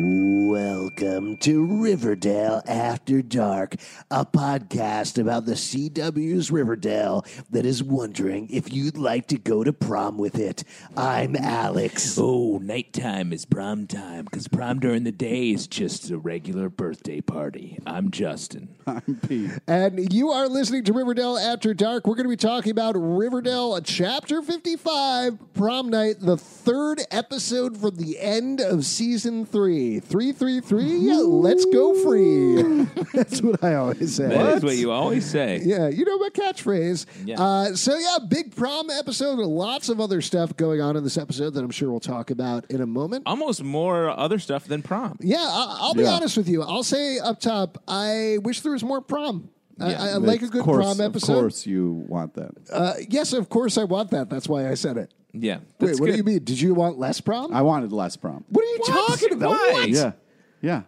Welcome to Riverdale After Dark, a podcast about the CW's Riverdale that is wondering if you'd like to go to prom with it. I'm Alex. Oh, nighttime is prom time because prom during the day is just a regular birthday party. I'm Justin. And you are listening to Riverdale After Dark. We're going to be talking about Riverdale Chapter 55, Prom Night, the third episode from the end of Season 3. 333, let's go free. That's what I always say. That is what you always say. Yeah, you know my catchphrase. Yeah. Uh, so yeah, big prom episode. Lots of other stuff going on in this episode that I'm sure we'll talk about in a moment. Almost more other stuff than prom. yeah, I- I'll be Yeah. honest with you. I'll say up top, I wish there was more prom. I, I like a Of good course- prom episode. Of course, you want that. Uh, yes, of course I want that. That's why I said it. Yeah. Wait, what do you mean? Did you want less prom? I wanted less prom. what are you talking about? Why? What? Yeah, yeah.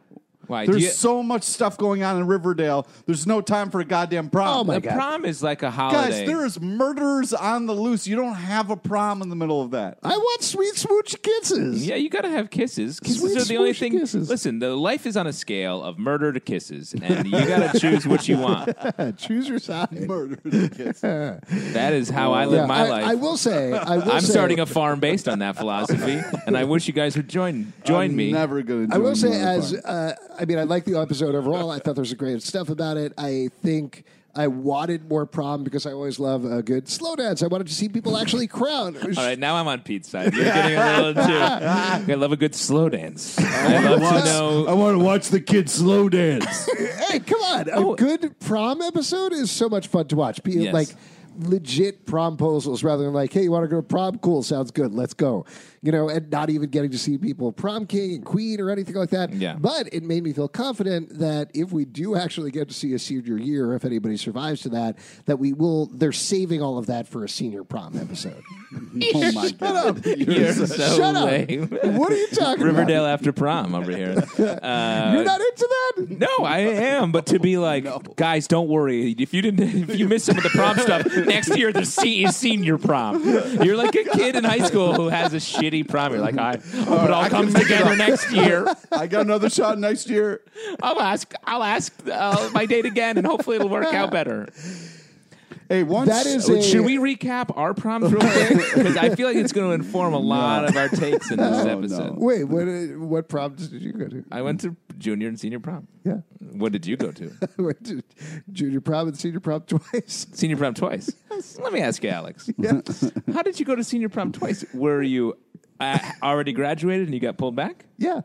Why, do There's you- so much stuff going on in Riverdale. There's no time for a goddamn prom. Oh my The God. prom is like a Guys, holiday. there is murderers on the loose. You don't have a prom in the middle of that. I want sweet smooch kisses. yeah, you got to have kisses. Kisses Sweet are the only swoosh thing. kisses. Listen, the life is on a scale of murder to kisses, and you got to choose what you want. Choose your side. Murderers. kids. That is how I live Yeah, my I, life. I will say, I will I'm say, starting a farm based on that philosophy, and I wish you guys would join join I'm me. Never gonna. I will join say, you on a as prom. uh, I mean, I like the episode overall. I thought there's great stuff about it. I think I wanted more prom because I always love a good slow dance. I wanted to see people actually crowd. All right, now I'm on Pete's side. You're getting a little too. I love a good slow dance. I love to know. I want to watch the kids slow dance. Hey, come on! A Oh. good prom episode is so much fun to watch. Be it Yes. like legit promposals rather than like, hey, you want to go to prom? Cool, sounds good. Let's go. You know, and not even getting to see people prom king and queen or anything like that. Yeah. But it made me feel confident that if we do actually get to see a senior year, if anybody survives to that, that we will. They're saving all of that for a senior prom episode. oh my god! You're so Shut up! lame. What are you talking Riverdale after prom over here. Uh, about? You're not into that. No, I am, but to be like, guys, don't worry. If you didn't, if you missed some of the prom stuff, next year the C is senior prom. You're like a kid in high school who has a shitty shitty prom. You're like, I hope it all I can comes make it together up. next year. I got another shot next year. I'll ask. I'll ask uh, my date again, and hopefully it'll work out better. Hey, once That is Wait, a- Should we recap our proms real quick? Because I feel like it's going to inform a lot of our takes in this episode. Wait, what? uh, What proms did you go to? I went to junior and senior prom. Yeah. What did you go to? I went to junior prom and senior prom twice. Senior prom twice. Let me ask you, Alex. How did you go to senior prom twice? Were you uh, already graduated and you got pulled back? Yeah.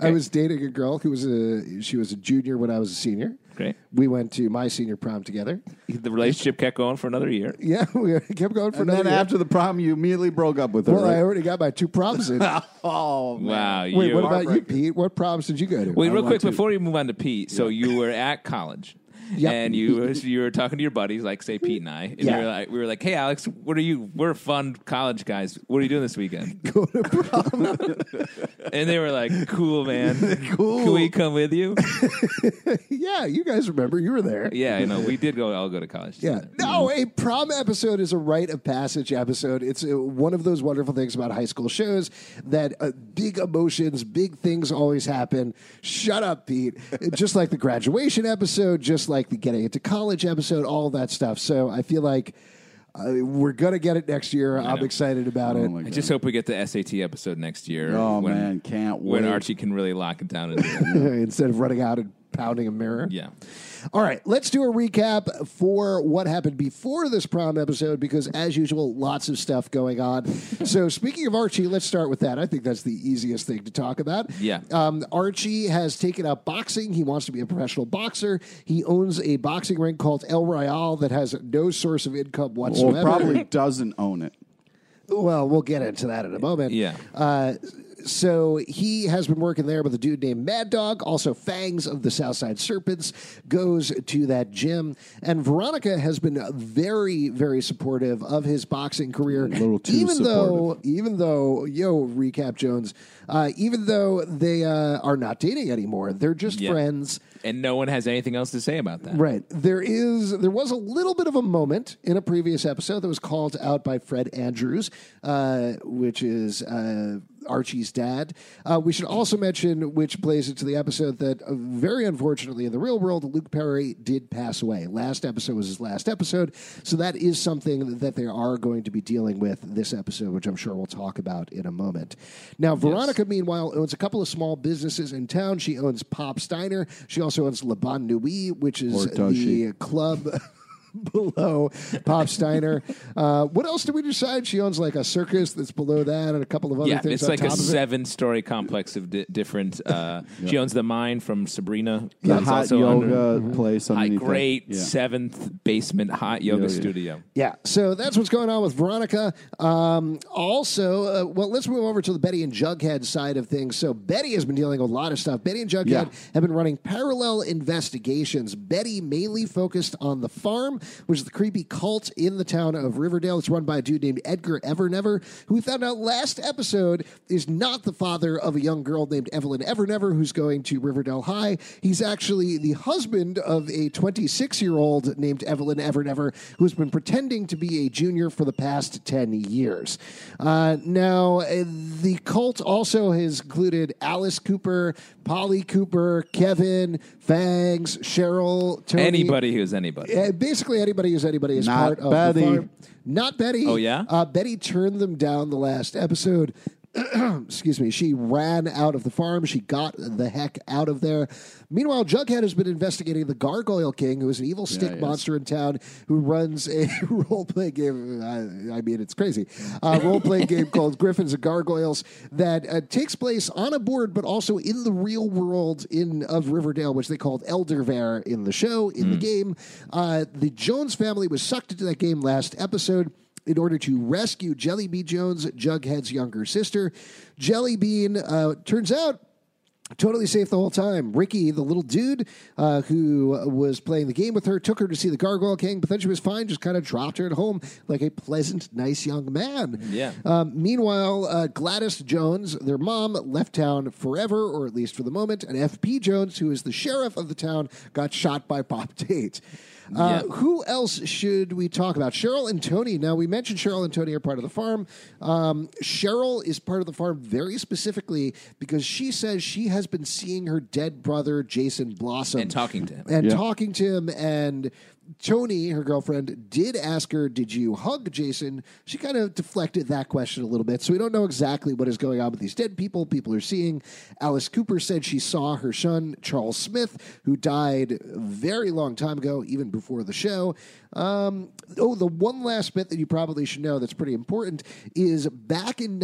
I was dating a girl who was a she was a junior when I was a senior. Great. We went to my senior prom together. The relationship kept going for another year. Yeah, we kept going for and another then year. after the prom, you immediately broke up with her. well, I right? already got my two proms in. oh, man. Wow. Wait, you- what about you, Pete? What proms did you go to? Wait, real want quick to- before we move on to Pete. So you were at college. Yep. And you was- you were talking to your buddies, like say Pete and I, and Yeah. you were like, we were like, "Hey, Alex, what are you? We're fun college guys. What are you doing this weekend?" Go to prom. and they were like, "Cool, man. cool. Can we come with you?" yeah, you guys remember you were there. yeah, I know. We did go. All go to college. Yeah. together. No, a prom episode is a rite of passage episode. It's uh, one of those wonderful things about high school shows that uh, big emotions, big things always happen. Shut up, Pete. just like the graduation episode, just like the getting into college episode, all that stuff. So I feel like uh, we're going to get it next year. I'm excited about Oh it. my I God. just hope we get the SAT episode next year. Oh, man, can't when wait. Archie can really lock it down. And do it. Instead of running out and pounding a mirror. yeah. All right, let's do a recap for what happened before this prom episode because, as usual, lots of stuff going on. so, speaking of Archie, let's start with that. I think that's the easiest thing to talk about. Yeah. Um, Archie has taken up boxing. He wants to be a professional boxer. He owns a boxing ring called El Royale that has no source of income Well, whatsoever. probably doesn't own it. Well, we'll get into that in a moment. Yeah. Uh, so he has been working there with a dude named Mad Dog, also Fangs of the Southside Serpents, goes to that gym. And Veronica has been very, very supportive of his boxing career. A little too even though, even though, yo, recap Jones, uh, even though they uh, are not dating anymore, they're just Yeah. friends. And no one has anything else to say about that. Right. There is there was a little bit of a moment in a previous episode that was called out by Fred Andrews, uh, which is uh, Archie's dad. Uh, we should also mention, which plays into the episode, that uh, very unfortunately in the real world, Luke Perry did pass away. Last episode was his last episode, so that is something that they are going to be dealing with this episode, which I'm sure we'll talk about in a moment. Now, Veronica, meanwhile, owns a couple of small businesses in town. She owns Pop Steiner. She also owns Le Bon Nuit, which is Or the does she? club below Pop Steiner. uh, what else did we decide? She owns like a circus that's below that and a couple of other Yeah, things it's on like top a of it. seven-story complex of di- different. Uh, She owns the mine from Sabrina. The It's hot also under- Mm-hmm. yoga place high underneath. great that. Yeah. seventh basement hot yoga Yoga. studio. Yeah, so that's what's going on with Veronica. Um, also, uh, well, let's move over to the Betty and Jughead side of things. So Betty has been dealing with a lot of stuff. Betty and Jughead Yeah. have been running parallel investigations. Betty mainly focused on the farm, which is the creepy cult in the town of Riverdale. It's run by a dude named Edgar Evernever, who we found out last episode is not the father of a young girl named Evelyn Evernever, who's going to Riverdale High. He's actually the husband of a 26 year old named Evelyn Evernever, who's been pretending to be a junior for the past 10 years. Uh, now, uh, the cult also has included Alice Cooper, Polly Cooper, Kevin, Fangs, Cheryl, Tony. Anybody who's anybody. Uh, basically, anybody who's anybody is Not part of Betty. the farm. Not Betty. Oh, yeah? Uh, Betty turned them down the last episode. Excuse me. She ran out of the farm. She got the heck out of there. Meanwhile, Jughead has been investigating the Gargoyle King, who is an evil stick he is. monster in town who runs a role playing game. I, I mean, it's crazy. Uh, role playing game called Griffins and Gargoyles that uh, takes place on a board, but also in the real world in of Riverdale, which they called Eldervale in the show, in the game. Uh, the Jones family was sucked into that game last episode in order to rescue Jelly Bean Jones, Jughead's younger sister. Jelly Bean, uh, turns out, Totally safe the whole time. Ricky, the little dude uh, who was playing the game with her, took her to see the Gargoyle King, but then she was fine, just kind of dropped her at home like a pleasant, nice young man. Yeah. Um, meanwhile, uh, Gladys Jones, their mom, left town forever, or at least for the moment, and F.P. Jones, who is the sheriff of the town, got shot by Pop Tate. Uh, Yeah. Who else should we talk about? Cheryl and Tony. Now, we mentioned Cheryl and Tony are part of the farm. Um, Cheryl is part of the farm very specifically because she says she has been seeing her dead brother, Jason Blossom. And talking to him. And talking to him. And Tony, her girlfriend, did ask her, Did you hug Jason? She kind of deflected that question a little bit. So we don't know exactly what is going on with these dead people. People are seeing. Alice Cooper said she saw her son, Charles Smith, who died a very long time ago, even before the show. Um, oh, the one last bit that you probably should know that's pretty important is back in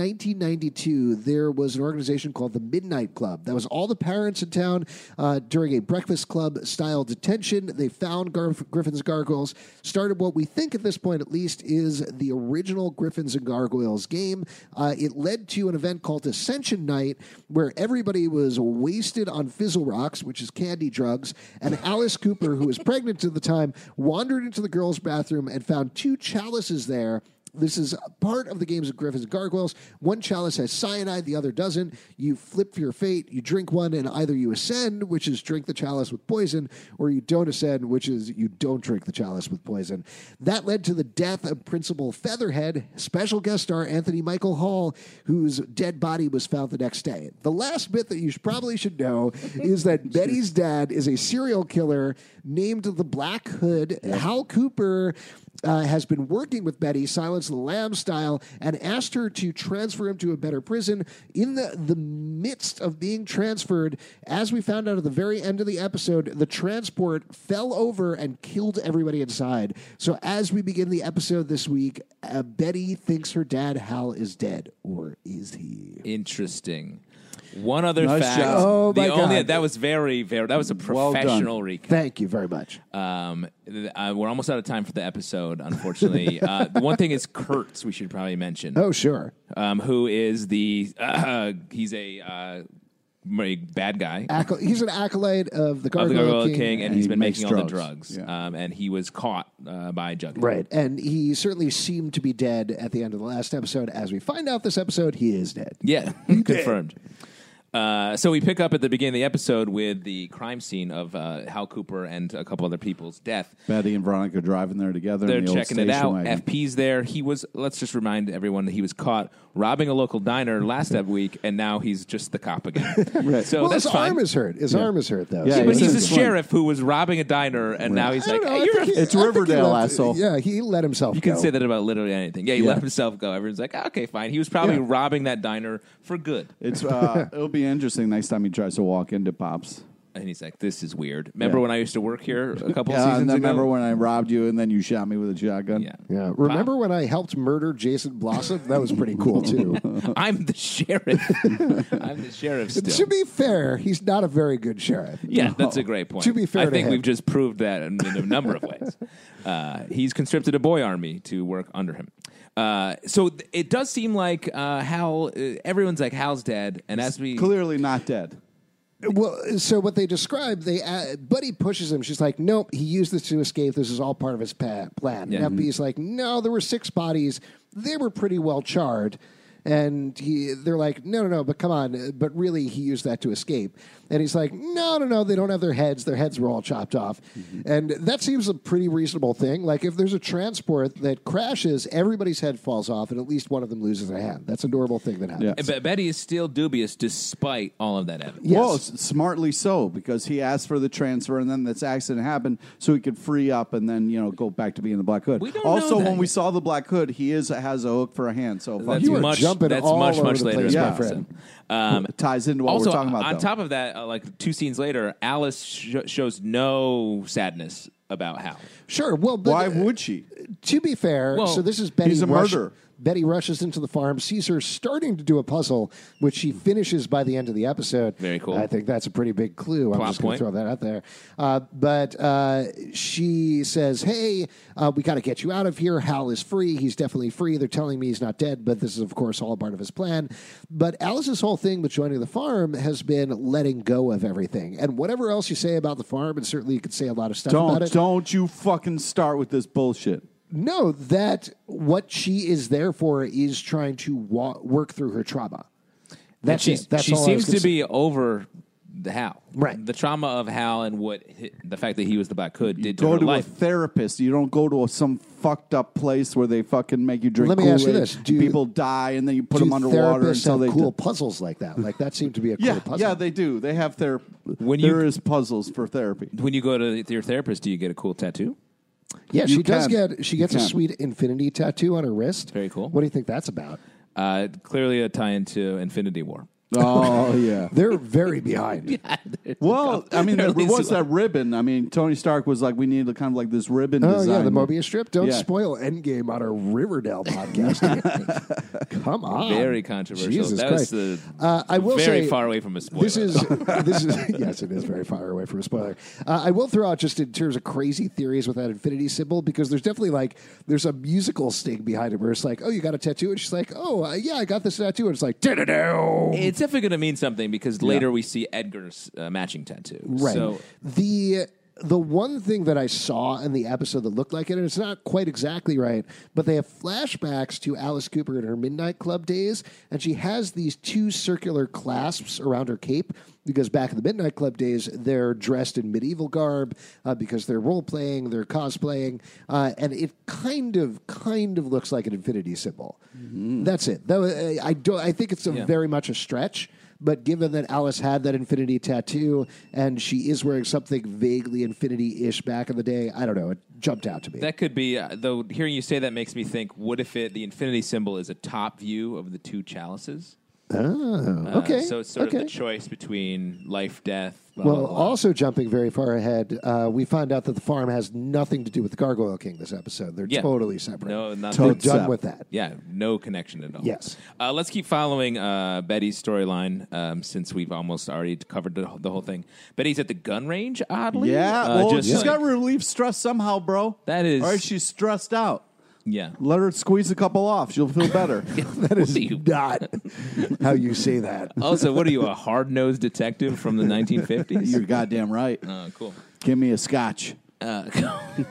1992, there was an organization called the Midnight Club. That was all the parents in town uh, during a breakfast club style detention. They found Garf- Griffin's Gargoyles, started what we think at this point at least is the original Griffins and Gargoyles game. Uh, it led to an event called Ascension Night where everybody was wasted on Fizzle Rocks, which is candy drugs, and Alice Cooper, who was pregnant at the time, wandered into the girls' bathroom and found two chalices there. This is part of the games of Griffins and Gargoyles. One chalice has cyanide, the other doesn't. You flip for your fate, you drink one, and either you ascend, which is drink the chalice with poison, or you don't ascend, which is you don't drink the chalice with poison. That led to the death of Principal Featherhead, special guest star Anthony Michael Hall, whose dead body was found the next day. The last bit that you should- probably should know is that Betty's dad is a serial killer named the Black Hood. Hal Cooper uh, has been working with Betty, Silence of the Lamb style, and asked her to transfer him to a better prison. In the, the midst of being transferred, as we found out at the very end of the episode, the transport fell over and killed everybody inside. So as we begin the episode this week, uh, Betty thinks her dad, Hal, is dead. Or is he? Interesting. One other Nice fact. job. Oh, the my only God. that was very very that was a Well done. professional recap. Thank you very much. Um, th- uh, we're almost out of time for the episode, unfortunately. uh, the one thing is Kurtz. We should probably mention. Oh, sure. um, who is the he's a uh, very bad guy Acco- he's an acolyte of the of the Gargoyle, Gargoyle King, King. and, and he's he been makes making all the drugs. drugs. Yeah. Um, and he was caught uh, by Jughead. Right, and he certainly seemed to be dead at the end of the last episode. As we find out this episode, he is dead. Yeah, confirmed. Uh, so we pick up at the beginning of the episode with the crime scene of uh, Hal Cooper and a couple other people's death. Betty and Veronica driving there together. They're in the checking old it station out. wagon. FP's there. He was. Let's just remind everyone that he was caught robbing a local diner last ep- week, and now he's just the cop again. Right. So well, Oh, that's his fine. arm is hurt. His arm is hurt, though. Yeah, Yeah, but It's he's a his friend. sheriff who was robbing a diner, and now he's I like, don't know, "Hey, I you're think a he- It's I think he Riverdale, left- asshole. Yeah, he let himself. You can go. say that about literally anything. Yeah, he Yeah. let himself go. Everyone's like, okay, fine. He was probably Yeah. robbing that diner for good. It's uh, it'll be interesting next time he tries to walk into Pops. And he's like, this is weird. Remember Yeah. when I used to work here a couple Yeah, seasons and ago? then remember when I robbed you and then you shot me with a shotgun? yeah. Yeah. Remember when I helped murder Jason Blossom? That was pretty cool too. I'm the sheriff. I'm the sheriff still. to be fair, he's not a very good sheriff. yeah, that's a great point. To be fair I to think him. we've just proved that in, in a number of ways. Uh, he's conscripted a boy army to work under him. Uh, so th- it does seem like uh, Hal. Uh, everyone's like Hal's dead, and as we Clearly not dead. Well, so what they describe, they uh, Buddy pushes him. She's like, "Nope, he used this to escape. This is all part of his pa- plan." Yeah. And FB's like, "No, there were six bodies. They were pretty well charred." And he, they're like, "No, no, no, but come on, uh, but really, he used that to escape." And he's like, "No, no, no, they don't have their heads. Their heads were all chopped off." Mm-hmm. And that seems a pretty reasonable thing. Like if there's a transport that crashes, everybody's head falls off, and at least one of them loses a hand. That's a normal thing that happens. Yeah. But Betty is still dubious despite all of that evidence. Yes. Well, s- smartly so, because he asked for the transfer and then this accident happened so he could free up and then, you know, go back to being the Black Hood. We don't know also, that when we yet. saw the Black Hood, he is has a hook for a hand, so fuck That's you. are much. jumping that's all much over much the later. place, in my the episode. Um, It ties into what also, we're talking about, on though. top of that, uh, like two scenes later, Alice sh- shows no sadness about Hal. Sure. Well, but, uh, Why would she? to be fair, Well, so this is Betty. he's a rush- murderer. Betty rushes into the farm, sees her starting to do a puzzle, which she finishes by the end of the episode. Very cool. I think that's a pretty big clue. I'm Plot just going to point. throw that out there. Uh, but uh, she says, "Hey, uh, we got to get you out of here. Hal is free. He's definitely free. They're telling me he's not dead, but this is, of course, all part of his plan." But Alice's whole thing with joining the farm has been letting go of everything, and whatever else you say about the farm, and certainly you could say a lot of stuff about Don't it. don't you fucking start with this bullshit. No, that what she is there for is trying to wa- work through her trauma. That's she, it. That's she all I was seems gonna to be over the Hal, Right. The trauma of Hal and what hi- the fact that he was the Black Hood did to Go her to life. a therapist. You don't go to a, some fucked up place where they fucking make you drink. Let me ask you Kool-Aid, this. Do- people die and then you put do them underwater therapists until have they cool di- puzzles like that. Like that seemed to be a cool yeah, puzzle. yeah, they do. They have their When you- there is puzzles for therapy. when you go to your therapist, do you get a cool tattoo? Yeah, You she does can. get she gets a can. sweet infinity tattoo on her wrist. Very cool. What do you think that's about? Uh, clearly a tie into Infinity War. Oh yeah. They're very behind. Well, I mean, They're there really was slow. that ribbon. I mean, Tony Stark was like, we need kind of like this ribbon. Oh yeah, design. the Mobius strip. Don't Yeah. spoil Endgame on our Riverdale podcast. Come on, Very controversial. Oh. Jesus that Christ. was the Uh, I will very say, far away from a spoiler. This is this is yes, it is very far away from a spoiler. Uh, I will throw out just in terms of crazy theories with that infinity symbol because there's definitely like there's a musical sting behind it where it's like, oh, you got a tattoo, and she's like, oh, uh, yeah, I got this tattoo, and it's like, da-da-do. It's definitely going to mean something because later we see Edgar's uh, matching tattoo. Right. So the the one thing that I saw in the episode that looked like it, and it's not quite exactly right, but they have flashbacks to Alice Cooper in her Midnight Club days, and she has these two circular clasps around her cape because back in the Midnight Club days, they're dressed in medieval garb uh, because they're role playing, they're cosplaying, uh, and it kind of kind of looks like an infinity symbol. That's it. That, was- I- I do I think it's a very much a stretch. But given that Alice had that infinity tattoo and she is wearing something vaguely infinity ish back in the day, I don't know. It jumped out to me. that could be, uh, though, hearing you say that makes me think what if it, the infinity symbol is a top view of the two chalices? Uh, oh, okay. So it's sort okay. of the Oh, choice between life, death. Blah, well, blah, blah. also jumping very far ahead, uh, we find out that the farm has nothing to do with the Gargoyle King this episode. They're Yeah. totally separate. No, not They're Totally done separate. with that. Yeah, no connection at all. Yes. Uh, let's keep following uh, Betty's storyline um, since we've almost already covered the, the whole thing. Betty's at the gun range, oddly. Yeah, Uh, well, just she's like- got to relieve stress somehow, bro. That is- All right, she's stressed out. yeah. Let her squeeze a couple off. She'll feel better. That is you. Not how you say that. Also, what are you, a hard nosed detective from the 1950s? You're goddamn right. Uh, cool. Uh, Give me a scotch.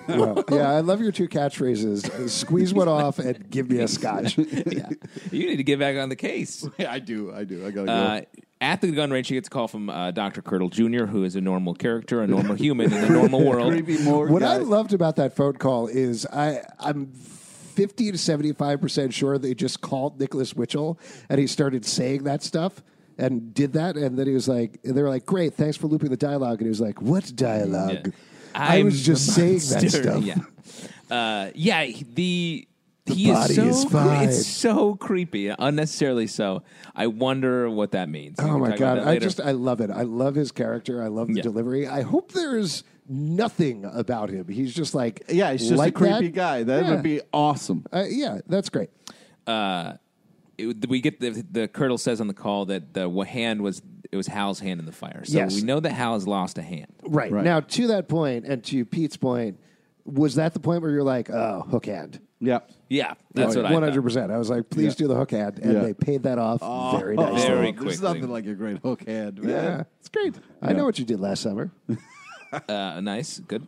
Well, yeah, I love your two catchphrases. Uh, Squeeze one off and give me a scotch. yeah. You need to get back on the case. I do. I do. I gotta Uh, at the gun range, she gets a call from uh, Dr. Kirtle Jr., who is a normal character, a normal human in the normal world. Creepy more. What I loved about that phone call is I I'm 50 to 75% sure they just called Nicholas Witchell and he started saying that stuff and did that and then he was like and they were like great thanks for looping the dialogue and he was like what dialogue I I'm was just the saying that monster. stuff Yeah, uh, yeah. he- The, he body is so is cre- fine. it's so creepy, unnecessarily so. I wonder what that means. We oh can my talk about god that I later. just I love it I love his character I love the Yeah. delivery I hope there's nothing about him he's just like Yeah, he's just like a creepy that? guy. That Yeah. would be awesome. uh, yeah that's great it- we get the the Colonel says on the call that the wa- hand was it was Hal's hand in the fire. So Yes. we know that Hal has lost a hand. Right. Right. Now, to that point and to Pete's point, was that the point where you're like, oh, hook hand? Yeah. Yeah, that's what I. Oh, One thought. hundred percent. I was like, please Yeah. do the hook hand, and Yeah. they paid that off very nicely. Oh, Very quickly. There's Oh, nothing like a great hook hand, man. Yeah, it's great. I know what you did last summer. Uh, nice, good.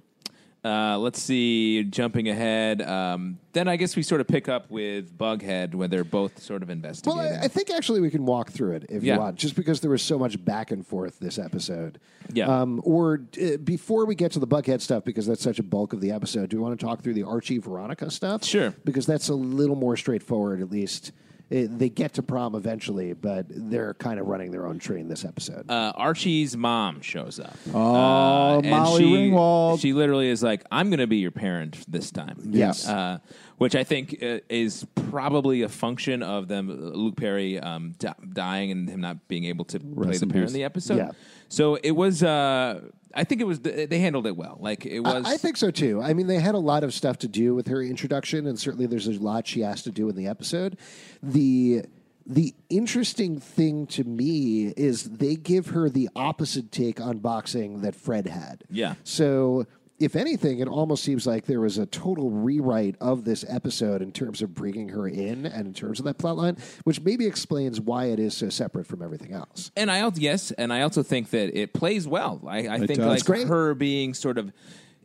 Uh, let's see. Jumping ahead, um, then I guess we sort of pick up with Bughead, where they're both sort of Well, investigating. I, I think actually we can walk through it if Yeah. you want, just because there was so much back and forth this episode. Yeah. Um, or uh, before we get to the Buckhead stuff, because that's such a bulk of the episode, do we want to talk through the Archie Veronica stuff? Sure. Because that's a little more straightforward, at least. Uh, they get to prom eventually, but they're kind of running their own train this episode. uh, Archie's mom shows up. Uh, Oh, and Molly she, Ringwald. She literally is like, "I'm going to be your parent this time." Yes. Uh, which I think uh, is probably a function of them uh, Luke Perry um, di- dying and him not being able to play Rest the in parent peace. in the episode. Yeah. So it was. Uh, I think it was. They handled it well. Like it was. I, I think so too. I mean, they had a lot of stuff to do with her introduction, and certainly there's a lot she has to do in the episode. The the interesting thing to me is they give her the opposite take on boxing that Fred had. Yeah. So if anything, it almost seems like there was a total rewrite of this episode in terms of bringing her in and in terms of that plot line, which maybe explains why it is so separate from everything else. And I also yes, and I also think that it plays well. I, I think does. like It's great. her being sort of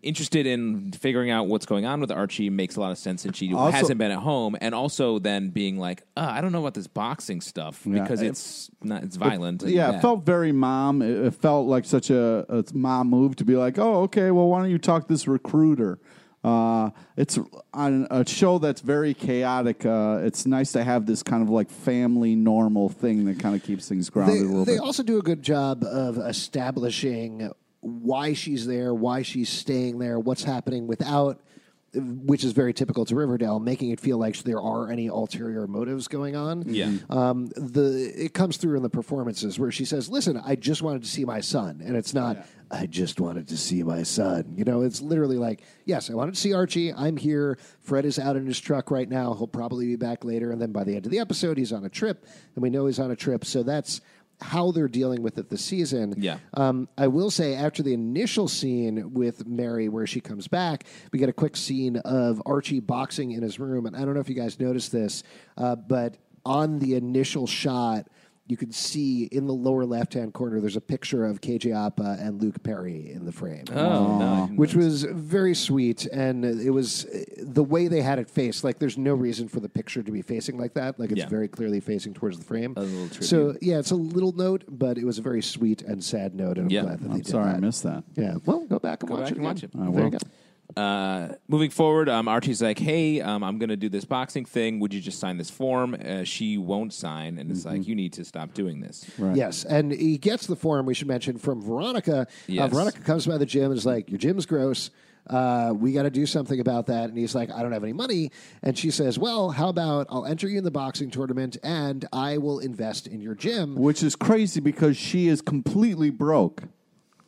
interested in figuring out what's going on with Archie makes a lot of sense, and she Also- hasn't been at home, and also then being like, uh, I don't know about this boxing stuff because I- it's not it's violent. and Yeah, bad. it felt very mom. It, it felt like such a, a mom move to be like, oh, okay, well, why don't you talk to this recruiter? Uh, it's on a show that's very chaotic. Uh, it's nice to have this kind of like family normal thing that kind of keeps things grounded they, a little they bit. also do a good job of establishing why she's there, why she's staying there, what's happening without, which is very typical to Riverdale, making it feel like there are any ulterior motives going on. Yeah. Um, the it comes through in the performances where she says, "Listen, I just wanted to see my son," and it's not, "I just wanted to see my son." You know, it's literally like, "Yes, I wanted to see Archie. I'm here. Fred is out in his truck right now. He'll probably be back later." And then by the end of the episode, he's on a trip, and we know he's on a trip. So that's how they're dealing with it this season. Yeah. Um, I will say after the initial scene with Mary, where she comes back, we get a quick scene of Archie boxing in his room, and I don't know if you guys noticed this, uh, but on the initial shot. You can see in the lower left hand corner, there's a picture of KJ Apa and Luke Perry in the frame Oh, no, I didn't which was very sweet and it was the way they had it faced like there's no reason for the picture to be facing like that like it's Yeah. very clearly facing towards the frame little tribute. so yeah it's a little note but it was a very sweet and sad note and i'm Yeah. glad that they I'm did sorry, I that missed that. yeah well go back and Go watch back it and watch again. it. there you go Uh, moving forward, um, Archie's like, "Hey, um, I'm going to do this boxing thing. Would you just sign this form?" Uh, she won't sign, and it's like, "You need to stop doing this." Mm-hmm. Right. Yes, and he gets the form. We should mention from Veronica. Uh, Yes. Veronica comes by the gym and is like, "Your gym's gross. Uh, we got to do something about that." And he's like, "I don't have any money." And she says, "Well, how about I'll enter you in the boxing tournament and I will invest in your gym." Which is crazy because she is completely broke.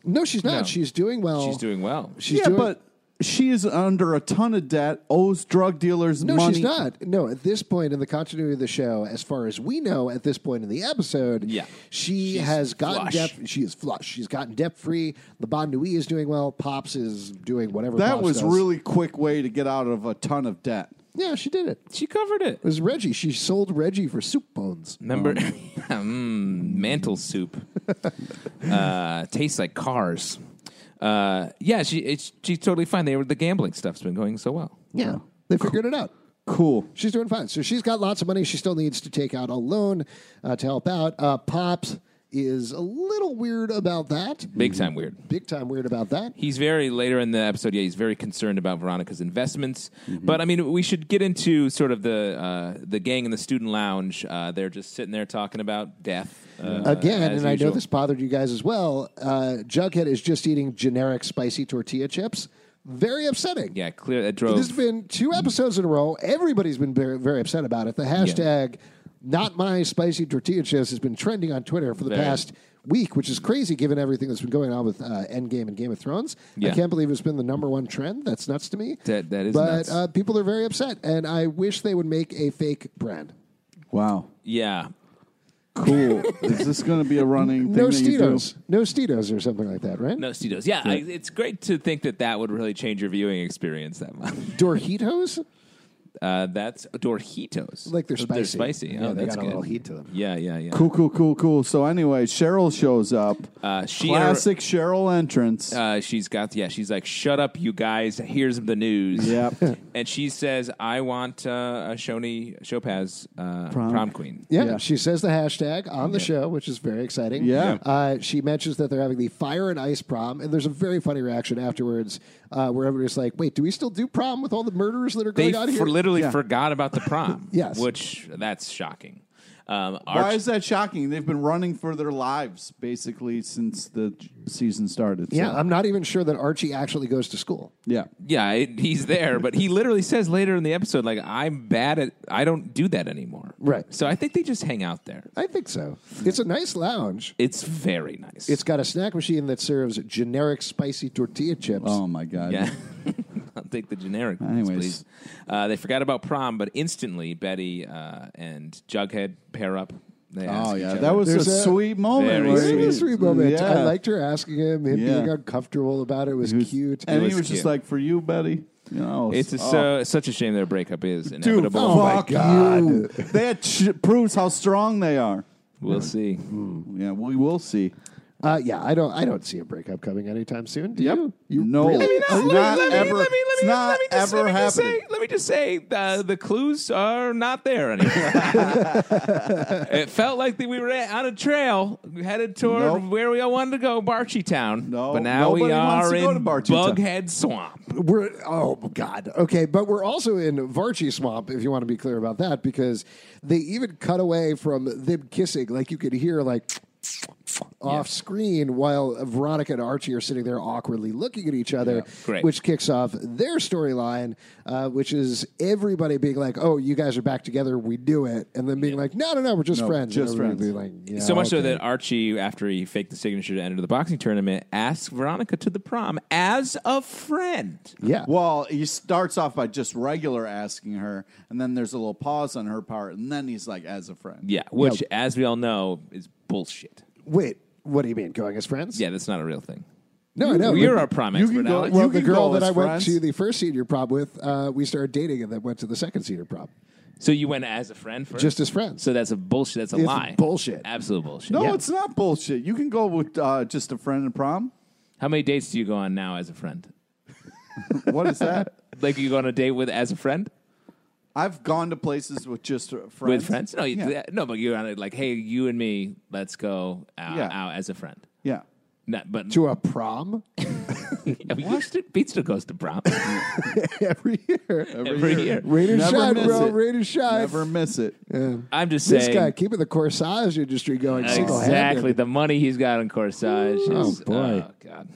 No, she's not. No. She's doing well. She's doing well. She's yeah, doing- but she is under a ton of debt, owes drug dealers No, money. she's not. No, at this point in the continuity of the show, as far as we know, at this point in the episode, Yeah. she She's has gotten flush. debt. She is flush. She's gotten debt free. Le Bon Nui is doing well. Pops is doing whatever. That Pops was does. really quick way to get out of a ton of debt. Yeah, she did it. She covered it. It was Reggie. She sold Reggie for soup bones. Remember, mm, mantle soup uh, tastes like cars. Uh, yeah, she it's, she's totally fine. They were the gambling stuff's been going so well. Yeah. They figured it out. Cool. She's doing fine. So she's got lots of money. She still needs to take out a loan uh, to help out. Uh, Pops is a little weird about that. Big time weird. Big time weird about that. He's very later in the episode. Yeah, he's very concerned about Veronica's investments. But I mean, we should get into sort of the uh, the gang in the student lounge. Uh, they're just sitting there talking about death uh, Again, and as I know usual. this bothered you guys as well. Uh, Jughead is just eating generic spicy tortilla chips. Very upsetting. Yeah, clear that drove. This has been two episodes in a row. Everybody's been very, very upset about it. The hashtag not my spicy tortilla chips has been trending on Twitter for the Very. past week, which is crazy given everything that's been going on with uh, Endgame and Game of Thrones. I Yeah. can't believe it's been the number one trend. That's nuts to me. That- that is But nuts. Uh, people are very upset, and I wish they would make a fake brand. Wow. yeah, Cool. is this going to be a running thing? No that you do? Steetos. No Steetos or something like that, right? no Steetos. Yeah, I, it's great to think that that would really change your viewing experience that much. Doritos? Uh, that's Doritos. Like they're spicy. They're spicy. Yeah, oh, they that's got a good. little heat to them. Yeah, yeah, yeah. Cool, cool, cool, cool. So anyway, Cheryl shows up. Uh, she Classic Cheryl entrance. Uh, she's got yeah. She's like, "Shut up, you guys! Here's the news." Yep. and she says, "I want uh, a Shoni Chopaz uh, prom. queen." Yeah, Yeah. she says the hashtag on the show, which is very exciting. Yeah. Uh, she mentions that they're having the fire and ice prom, and there's a very funny reaction afterwards uh, where everybody's like, wait, do we still do prom with all the murders that are They going on here? for literally forgot about the prom. Yes. which that's shocking. Um, Why Arch- is that shocking? They've been running for their lives basically since the j- season started. so- Yeah, I'm not even sure that Archie actually goes to school. yeah. yeah, it, he's there, but he literally says later in the episode, like, I'm bad at, I don't do that anymore. Right. So I think they just hang out there. I think so. It's a nice lounge. It's very nice. It's got a snack machine that serves generic spicy tortilla chips. Oh my god. Yeah. I'll take the generic ones, Anyways. please. Uh, they forgot about prom, but instantly Betty uh, and Jughead pair up. They Oh ask yeah, each that other- was a, There's a- sweet moment. Very where It he- was a sweet moment. Yeah. I liked her asking him, him Yeah. being uncomfortable about it. was, He was- cute. and was he was just cute. like, "For you, Betty." You know, It's a, oh, so, such a shame their breakup is dude. inevitable. Oh, Oh, fuck you. that sh- proves how strong they are. We'll see. Yeah, we will see. Uh, yeah, I don't. I don't see a breakup coming anytime soon. Do you? You no, really? it's Let me- not let me- ever. let me- let it's me- not let me just- ever let me just happening. say- Let me just say, uh, the clues are not there anymore. it felt like that we were at- on a trail headed toward Nope. where we all wanted to go, Barchi Town. No, but now we nobody wants are to go to in Barchi Town. Bughead Swamp. We're oh god. Okay, but we're also in Varchi Swamp. If you want to be clear about that, because they even cut away from them kissing. Like you could hear like. Off screen, while Veronica and Archie are sitting there awkwardly looking at each other, great. which kicks off their storyline, uh, which is everybody being like, "Oh, you guys are back together, we do it," and then being like, "No, no, no, we're just No, friends." just And everybody friends. being like, "Yeah, so much so okay." that Archie, after he faked the signature to enter the boxing tournament, asked Veronica to the prom as a friend. yeah, Well, he starts off by just regular asking her, and then there's a little pause on her part, and then he's like, "As a friend." Yeah, which, as we all know, is bullshit. Wait, what do you mean going as friends? Yeah, that's not a real thing. no, no. we are but- our prime you expert, can go- Alex. Well, You the can girl go that as I went friends. to the first senior prom with, uh, we started dating and then went to the second senior prom so you went as a friend first? just as friends. So that's a bullshit. That's a It's lie. bullshit. Absolute bullshit. No, it's not bullshit. You can go with uh, just a friend and prom. How many dates do you go on now as a friend? What is that? Like you go on a date with as a friend I've gone to places with just friends. with friends? No, you, Yeah. no, but you're on it like, hey, you and me, let's go out, Yeah. out as a friend. Yeah. Not, but to a prom yeah, we used to, Pete still goes to prom every year. every year. Rain and Never shine, miss bro. it. Rain and shine. Never miss it. I'm just this saying, guy keeping the corsage industry going single exactly the money he's got on corsage. is, Oh, boy. oh, god.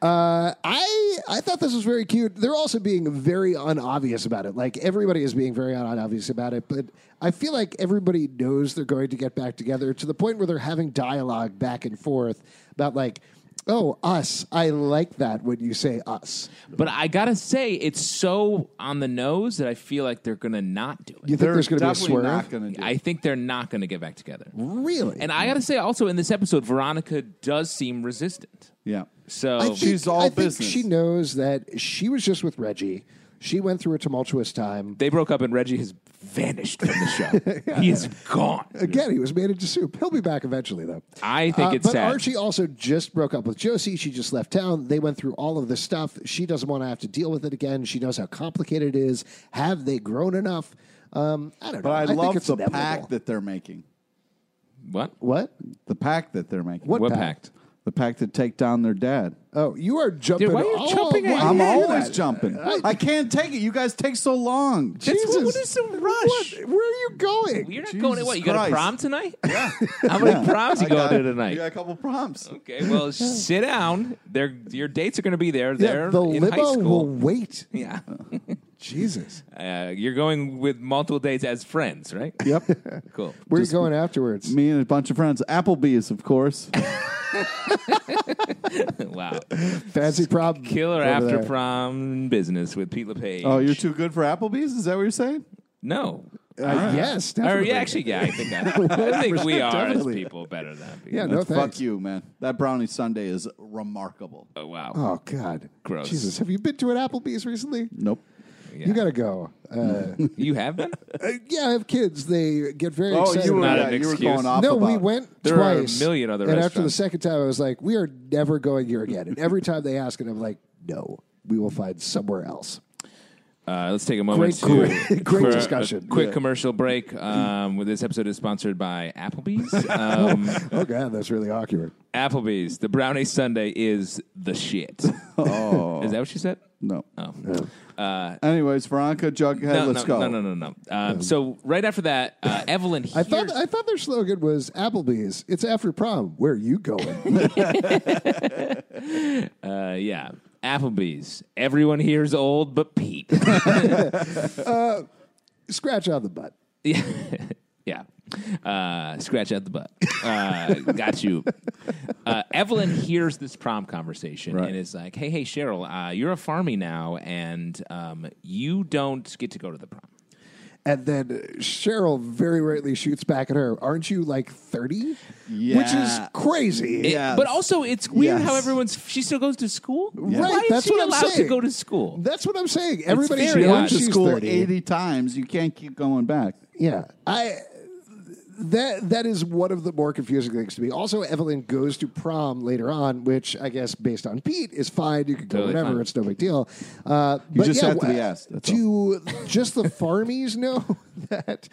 Uh, I I thought this was very cute. They're also being very unobvious about it. Like everybody is being very unobvious about it, but I feel like everybody knows they're going to get back together to the point where they're having dialogue back and forth about like, oh, us. I like that when you say us. But I gotta say, it's so on the nose that I feel like they're gonna not do it. You think They're there's going to be a definitely swerve? not going to do it. I think they're not gonna get back together. Really? And I gotta say, also in this episode, Veronica does seem resistant. Yeah. So I think, uh, She's all I think business. she knows that she was just with Reggie. She went through a tumultuous time. they broke up, and Reggie has vanished from the show. He is gone. Again, he was made into soup. He'll be back eventually, though. I think Uh, it's but sad. Archie also just broke up with Josie. She just left town. They went through all of this stuff. She doesn't want to have to deal with it again. She knows how complicated it is. Have they grown enough? Um, I don't But know. I, think love it's the inevitable. pact that they're making. what? what? The pact that they're making. What What pact? pact? The pact to take down their dad. Oh, you are jumping. why are you all- jumping why- I I'm hear always that. jumping. I can't take it. You guys take so long. That's what, what Jesus. is the rush? What? Where are you going? You're not Jesus going to what? You got Christ. a prom tonight? Yeah. How many proms you I going got- to tonight? You got a couple proms. Okay, well, sit down. They're, your dates are going to be there. Yeah, They're the in high limo school. will wait. yeah. Jesus. Uh, you're going with multiple dates as friends, right? Yep. Cool. Where are you going afterwards? Me and a bunch of friends. Applebee's, of course. wow. Fancy prom. Killer over after there. prom business with Pete LePage. oh, you're too good for Applebee's? Is that what you're saying? No. Uh, yes, Or, definitely. yeah, actually, yeah, I think, I, I think we are definitely. as people better than people. Yeah, no Oh, thanks. Fuck you, man. That brownie sundae is remarkable. Oh, wow. Oh God, Gross. Jesus, have you been to an Applebee's recently? Nope. Yeah. You gotta go. Uh, You have been? uh, yeah, I have kids. They get very Oh, excited. you were, Not yeah, an you were excuse. going off no, about we it. went There are a twice. million other And after the restaurants. second time, I was like, "We are never going here again." And every time they ask it, I'm like, "No, we will find somewhere else." Uh, let's take a moment Great- to great for a- discussion. A quick Yeah. commercial break. Um, with this episode is sponsored by Applebee's. Um, Oh god, that's really awkward. Applebee's, the brownie sundae is the shit. Oh Is that what she said? no. Oh. Anyways, Veronica, Jughead, No, let's no, go. no, no, no, no. Um, So right after that, uh, Evelyn. I thought hears- I thought their slogan was Applebee's. It's after prom. Where are you going? uh, yeah, Applebee's. Everyone here is old, but Pete. Scratch on the butt. yeah, yeah. Uh, scratch out the butt. Uh, got you. Uh, Evelyn hears this prom conversation Right. and is like, "Hey, hey, Cheryl, uh, you're a farmie now, and um, you don't get to go to the prom." And then Cheryl very rightly shoots back at her. Aren't you like thirty? Which is Yeah. crazy. It- Yes. But also, it's weird Yes. how everyone's. She still goes to school. Right, Why that's is she what I'm allowed to saying. go to school? That's what I'm saying. Everybody's very young. odd. To She's school 30. eighty times, you can't keep going back. Yeah, I that that is one of the more confusing things to me. Also, Evelyn goes to prom later on, which I guess based on Pete is fine. You can go Totally whenever; fine. it's no big deal. Uh, but just yeah, have to be uh, asked, that's Do just the farmies know that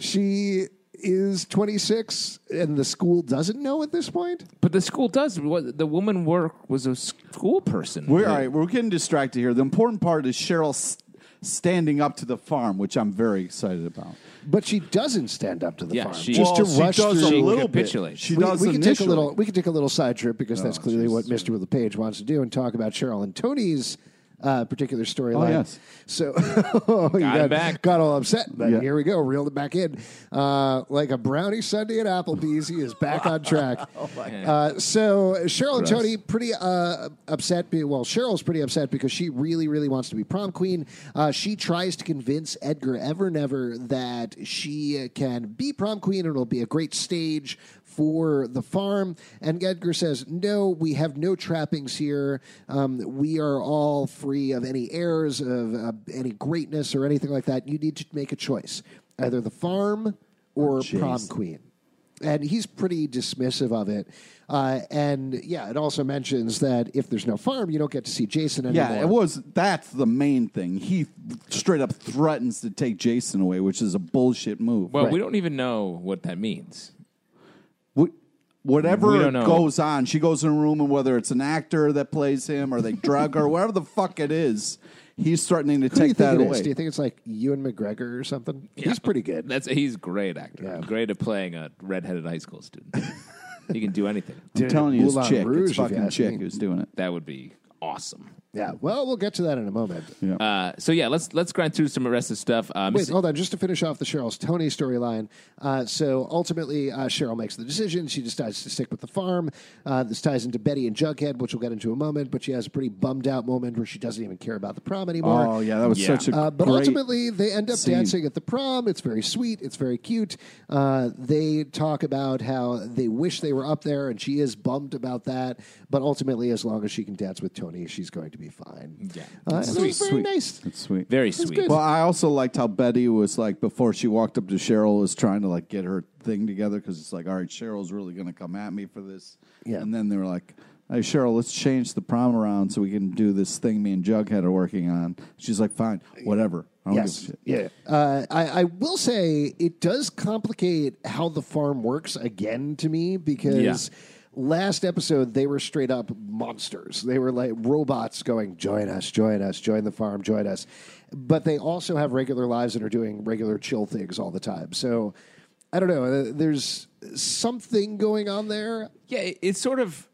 she is 26 and the school doesn't know at this point? But the school does. What the woman work was a school person. We're all right. We're getting distracted here. The important part is Cheryl s standing up to the farm, which I'm very excited about. But she doesn't stand up to the Yeah, farm. she- just Well, to she rush does through a little capitulates. bit. She we, does we can take a initially. little we can take a little side trip because that's clearly what Mr. with a Page wants to do and talk about Cheryl and Tony's uh, particular storyline. yes. So oh, you Got it back. got all upset, but Yeah. here we go, reeled it back in. Uh, like a brownie Sunday at Applebee's, he is back on track. oh my God. Uh, so Cheryl and Tony pretty uh, upset. Be- well, Cheryl's pretty upset because she really, really wants to be prom queen. Uh, she tries to convince Edgar Evernever that she can be prom queen and it'll be a great stage for the farm. And Edgar says, "No, we have no trappings here. Um, we are all free of any errors of uh, any greatness or anything like that. You need to make a choice: either the farm Oh, or prom queen." and he's pretty dismissive of it. Uh, and yeah, it also mentions that if there's no farm, you don't get to see Jason anymore. Yeah, it was. That's the main thing. He straight up threatens to take Jason away, which is a bullshit move. Well, we don't even know what that means. Wh- We Whatever don't know. goes on, she goes in a room, and whether it's an actor that plays him or they drug her, whatever the fuck it is, he's threatening Who to do you take that think it away. is? Do you think it's like Ewan McGregor or something? He's pretty good. That's he's a great actor. Yeah. Great at playing a redheaded high school student. he can do anything. I'm telling you, Moulin it's chick. Rouge, if it's you fucking ask chick me. who's doing it. That would be awesome. Yeah. Well, we'll get to that in a moment. Uh, so yeah, let's let's grind through some rest of stuff. Uh, Wait, Miss- hold on. Just to finish off the Cheryl's Tony storyline. Uh, so ultimately, uh, Cheryl makes the decision. She decides to stick with the farm. Uh, this ties into Betty and Jughead, which we'll get into in a moment. But she has a pretty bummed out moment where she doesn't even care about the prom anymore. Oh yeah, that was Yeah. such a Uh, but great. ultimately, they end up scene. dancing at the prom. It's very sweet. It's very cute. Uh, they talk about how they wish they were up there, and she is bummed about that. But ultimately, as long as she can dance with Tony, she's going to be fine. Yeah. uh, and it was very nice. It's sweet. very sweet. good. Well, I also liked how Betty was like before she walked up to Cheryl was trying to like get her thing together because it's like, all right, Cheryl's really going to come at me for this. Yeah. And then they were like, hey, Cheryl, let's change the prom around so we can do this thing me and Jughead are working on. She's like, fine, whatever. I don't Yes. give a shit. Yeah. Uh, I, I will say it does complicate how the farm works again to me because last episode they were straight up monsters. They were like robots going, join us, join us, join the farm, join us. But they also have regular lives and are doing regular chill things all the time. So I don't know. Uh, There's something going on there. Yeah, it, it's sort of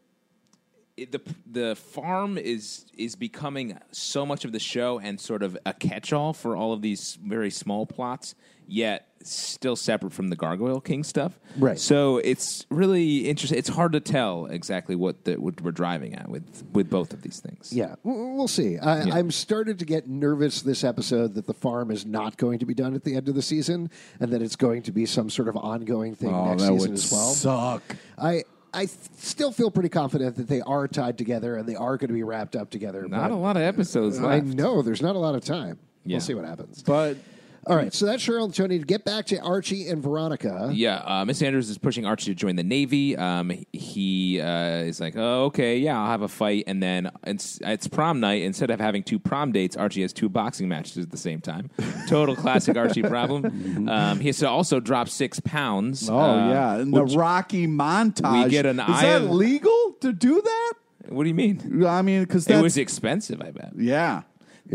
it, the the farm is is becoming so much of the show and sort of a catch-all for all of these very small plots, yet still separate from the Gargoyle King stuff. Right. So it's really interesting. It's hard to tell exactly what the, what we're driving at with with both of these things. Yeah, w- we'll see. I, I'm started to get nervous this episode that the farm is not going to be done at the end of the season, and that it's going to be some sort of ongoing thing Oh, next that season would as well. suck. I I still feel pretty confident that they are tied together and they are going to be wrapped up together. Not but a lot of episodes I left. know there's not a lot of time. Yeah. We'll see what happens. But All right, so that's Cheryl and Tony. To get back to Archie and Veronica, Yeah, uh, Miss Andrews is pushing Archie to join the Navy. Um, he uh, is like, oh, okay, yeah, I'll have a fight. And then it's, it's prom night. Instead of having two prom dates, Archie has two boxing matches at the same time. Total classic Archie problem. Um, he has to also drop six pounds. Mm-hmm. Oh uh, yeah, and the Rocky montage. we get an Is iron- that legal to do that? What do you mean? I mean, because It was expensive, I bet. yeah.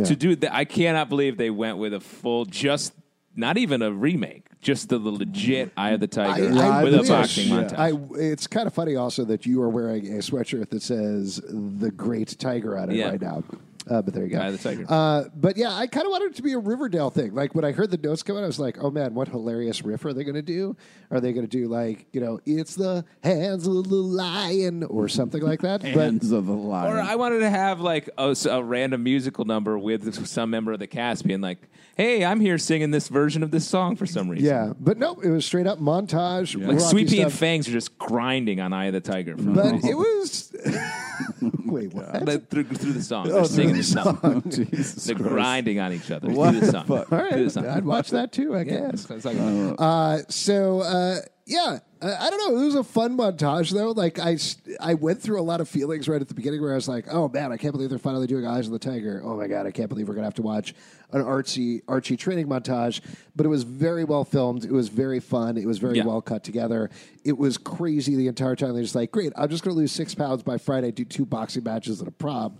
To do that, I cannot believe they went with a full, just not even a remake, just the, the legit Eye of the Tiger I with a wish. boxing Yeah. montage. I, it's kind of funny also that you are wearing a sweatshirt that says "The Great Tiger" on it Yeah. right now. Uh, but there you go. Eye of the Tiger. Uh, but yeah, I kind of wanted it to be a Riverdale thing. Like when I heard the notes come out, I was like, "Oh man, what hilarious riff are they going to do? Are they going to do like you know, it's the hands of the lion or something like that?" but Hands of the lion. Or I wanted to have like a, s- a random musical number with some member of the cast being like, "Hey, I'm here singing this version of this song for some reason." yeah, but nope, it was straight up montage. like Rocky Sweet Pea and stuff. Fangs are just grinding on Eye of the Tiger for But it was Oh, wait what? like, through, through the song. Oh, They're singing the song. Jesus They're Christ. grinding on each other through the song. All right, Through the song. I'd watch that too. I Yeah, guess. that's what I was talking about. Uh, so uh, yeah, uh, I don't know. It was a fun montage though. Like I, s- I went through a lot of feelings right at the beginning where I was like, oh man, I can't believe they're finally doing Eyes of the Tiger. Oh my god, I can't believe we're gonna have to watch an artsy Archie training montage. But it was very well filmed. It was very fun. It was very Yeah. well cut together. It was crazy the entire time. They're just like, great, I'm just gonna lose six pounds by Friday. Do two boxing matches at a prom.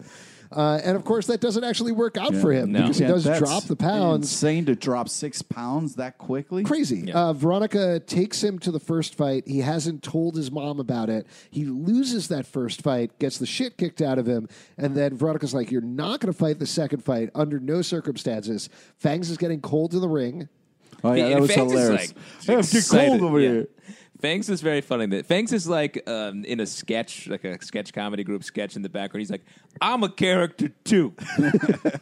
Uh, and of course, that doesn't actually work out for him No. because he Yeah, does that's drop the pounds Insane to drop six pounds that quickly. crazy. Uh, Veronica takes him to the first fight. He hasn't told his mom about it. He loses that first fight, gets the shit kicked out of him, and then Veronica's like, "You're not going to fight the second fight under no circumstances." Fangs is getting cold in the ring. Oh yeah, that And was Fangs is, hilarious. like, Hey, get excited. cold over Yeah. here. Fangs is very funny. That Fangs is like um, in a sketch, like a sketch comedy group sketch in the background. He's like, "I'm a character too."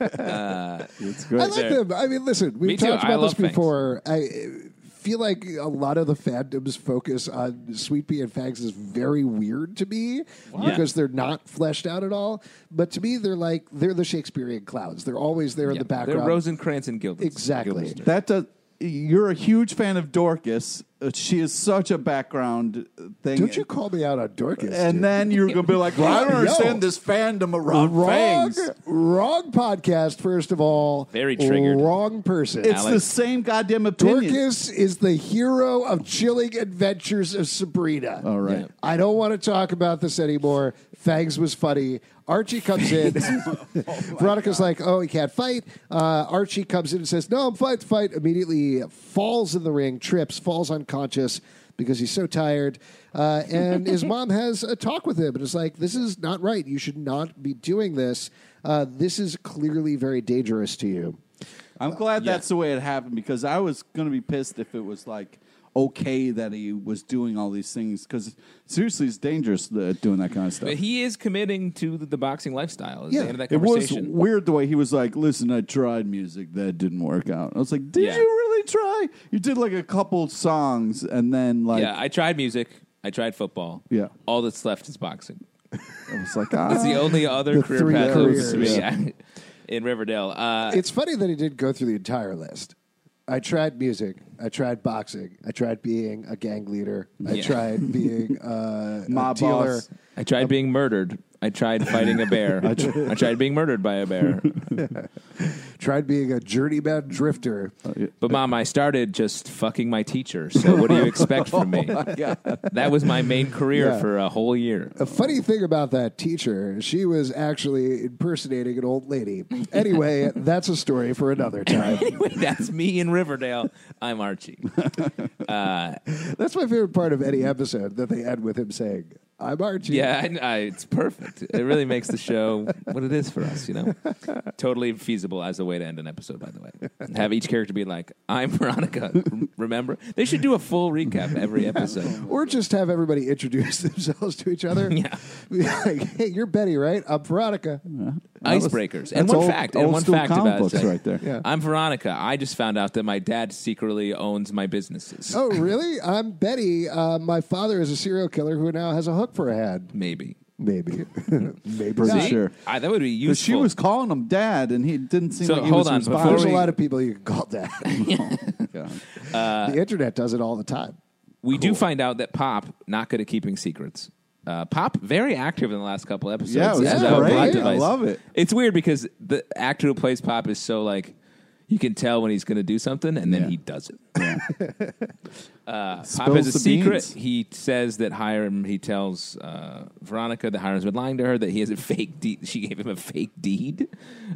It's great. I like there. them. I mean, listen, we've Me too. talked I about this love Fangs. before. I uh, feel like a lot of the fandom's focus on Sweet Pea and Fangs is very weird to me because they're not fleshed out at all. But to me, they're like they're the Shakespearean clowns. They're always there in the background. They're Rosencrantz and Guildenstern. Exactly. Guildenstern. That does. You're a huge fan of Dorcas. Uh, She is such a background uh, thing. Don't you call me out on Dorcas? and dude. then you're gonna be like, well, I don't Yo. understand this fandom around wrong, Fangs. wrong podcast. First of all, Very triggered. Wrong person. It's Alex. the same goddamn opinion. Dorcas is the hero of Chilling Adventures of Sabrina. All right. Yeah. I don't want to talk about this anymore. Fangs was funny. Archie comes in. Oh Veronica's like, oh, he can't fight. Uh, Archie comes in and says, no, I'm fight, fight. Immediately falls in the ring, trips, falls unconscious because he's so tired. Uh, and his mom has a talk with him and is like, this is not right. You should not be doing this. Uh, this is clearly very dangerous to you. I'm glad that's the way it happened because I was going to be pissed if it was like okay that he was doing all these things because seriously, it's dangerous uh, doing that kind of stuff. But he is committing to the, the boxing lifestyle. Is Yeah. the end of that it was conversation. weird the way he was like, "Listen, I tried music that didn't work out." I was like, "Did Yeah. you really try? You did like a couple songs and then like yeah, I tried music. I tried football. Yeah. All that's left is boxing. I was like, ah, That's the only other Uh, the career three path that was to careers. me in Riverdale. Uh, it's funny that he did go through the entire list. I tried music. I tried boxing. I tried being a gang leader. I Yeah. tried being uh, a Mob dealer. boss. I tried being murdered. I tried fighting a bear. I, tried being murdered by a bear. Tried being a journeyman drifter. But mom, I started just fucking my teacher. So what do you expect from me? that was my main career Oh Yeah. for a whole year. A funny thing about that teacher, she was actually impersonating an old lady. Anyway, that's a story for another time. Anyway, that's me in Riverdale. I'm Archie. that's my favorite part of any episode that they end with him saying, "I'm Archie." Yeah, I, I, it's perfect. It really makes the show what it is for us, you know? Totally feasible as a way to end an episode, by the way. Have each character be like, I'm Veronica, rem- remember? They should do a full recap every episode. Or just have everybody introduce themselves to each other. Yeah. like, hey, you're Betty, right? I'm Veronica. Icebreakers. and that's one old- fact, old and one school fact comic about books it. right there. Yeah. I'm Veronica. I just found out that my dad secretly owns my businesses. Oh, really? I'm Betty. Uh, my father is a serial killer who now has a hook for a hand. Maybe. Maybe. Maybe. Pretty See? sure. I, that would be 'Cause useful. she was calling him dad, and he didn't seem So, like he hold was on, before There's responding. a we- lot of people you can call that. the internet does it all the time. We do find out that Pop not good at keeping secrets. Uh, Pop very active in the last couple episodes. Yeah, it was This is great. out of Black I Device. love it. It's weird because the actor who plays Pop is so like you can tell when he's going to do something and then Yeah. he does it. Uh, Pop Spills has a the secret. beans. He says that Hiram. He tells uh, Veronica that Hiram's been lying to her. That he has a fake deed. She gave him a fake deed,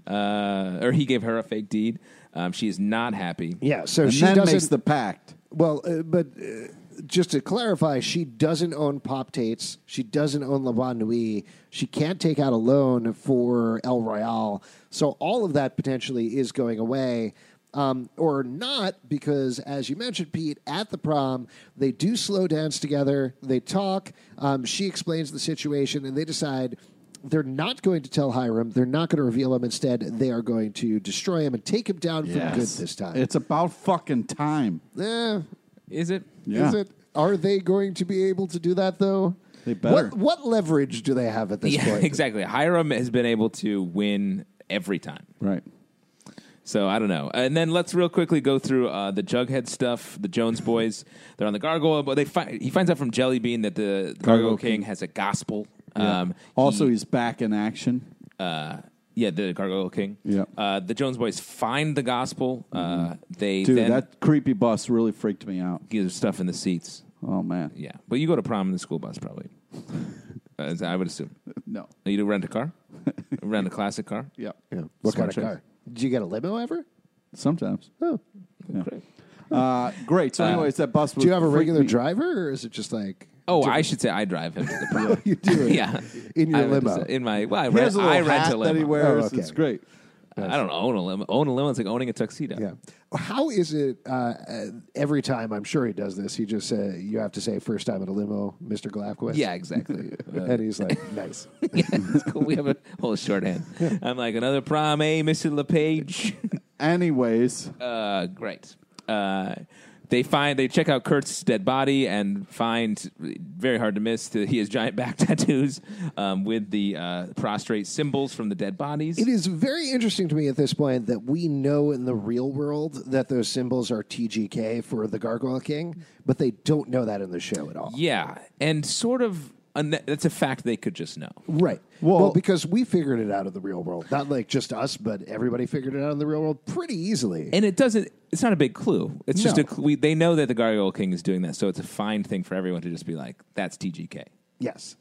uh, or he gave her a fake deed. Um, she is not happy. Yeah, so And she then doesn't. makes the pact. well, uh, but uh, just to clarify, she doesn't own Pop Tates. She doesn't own La Bonne Nuit. She can't take out a loan for El Royale. So all of that potentially is going away. Um, or not, because as you mentioned, Pete, at the prom, they do slow dance together, they talk, um, she explains the situation, and they decide they're not going to tell Hiram, they're not going to reveal him. Instead, they are going to destroy him and take him down for good Yes. this time. It's about fucking time. Eh, Is it? Yeah. Is it? Are they going to be able to do that though? They better. What, what leverage do they have at this Yeah, point? exactly. Hiram has been able to win every time. Right. So I don't know. And then let's real quickly go through uh, the Jughead stuff. The Jones boys, they're on the Gargoyle, but they find he finds out from Jelly Bean that the Gargoyle, Gargoyle King, King. has a gospel. Um, Also, he- he's back in action. uh, yeah, the Gargoyle King. Yeah. Mm-hmm. Uh, the Jones boys find the gospel. Uh, they Dude, then that creepy bus really freaked me out. give stuff in the seats. Oh man. Yeah, but you go to prom in the school bus probably. As I would assume. No. You do rent a car, rent a classic car. Yeah. Yeah. What Smart kind of car? Did you get a limo ever? Sometimes. Oh. Great. Uh, great. So, anyways, that bus. Do you have a regular driver, or is it just like Oh, I should say I drive him to the prom. you do it yeah, in your I would limo? say- In my well, I He rent, has a little I rent hat a that he limo. wears. Oh, okay. It's great. I don't own a limo. Own a limo is like owning a tuxedo. yeah. How is it? Uh, uh, every time, I'm sure he does this. He just uh, you have to say first time in a limo, Mr. Glafquist. Yeah, exactly. Uh, And he's like, nice. yeah, it's cool. We have a whole shorthand. I'm like another prom, eh, Mr. LePage? Anyways, Uh, great. Uh, they find they check out Kurt's dead body and find very hard to miss that he has giant back tattoos um, with the uh, prostrate symbols from the dead bodies. It is very interesting to me at this point that we know in the real world that those symbols are TGK for the Gargoyle King, but they don't know that in the show at all. Right. yeah, and sort of. And that- that's a fact they could just know. Well, Well- because we figured it out in the real world. Not like just us, but everybody figured it out in the real world pretty easily. and it doesn't it's not a big clue it's just No. a cl- we, they know that the gargoyle king is doing that so it's a fine thing for everyone to just be like that's tgk yes.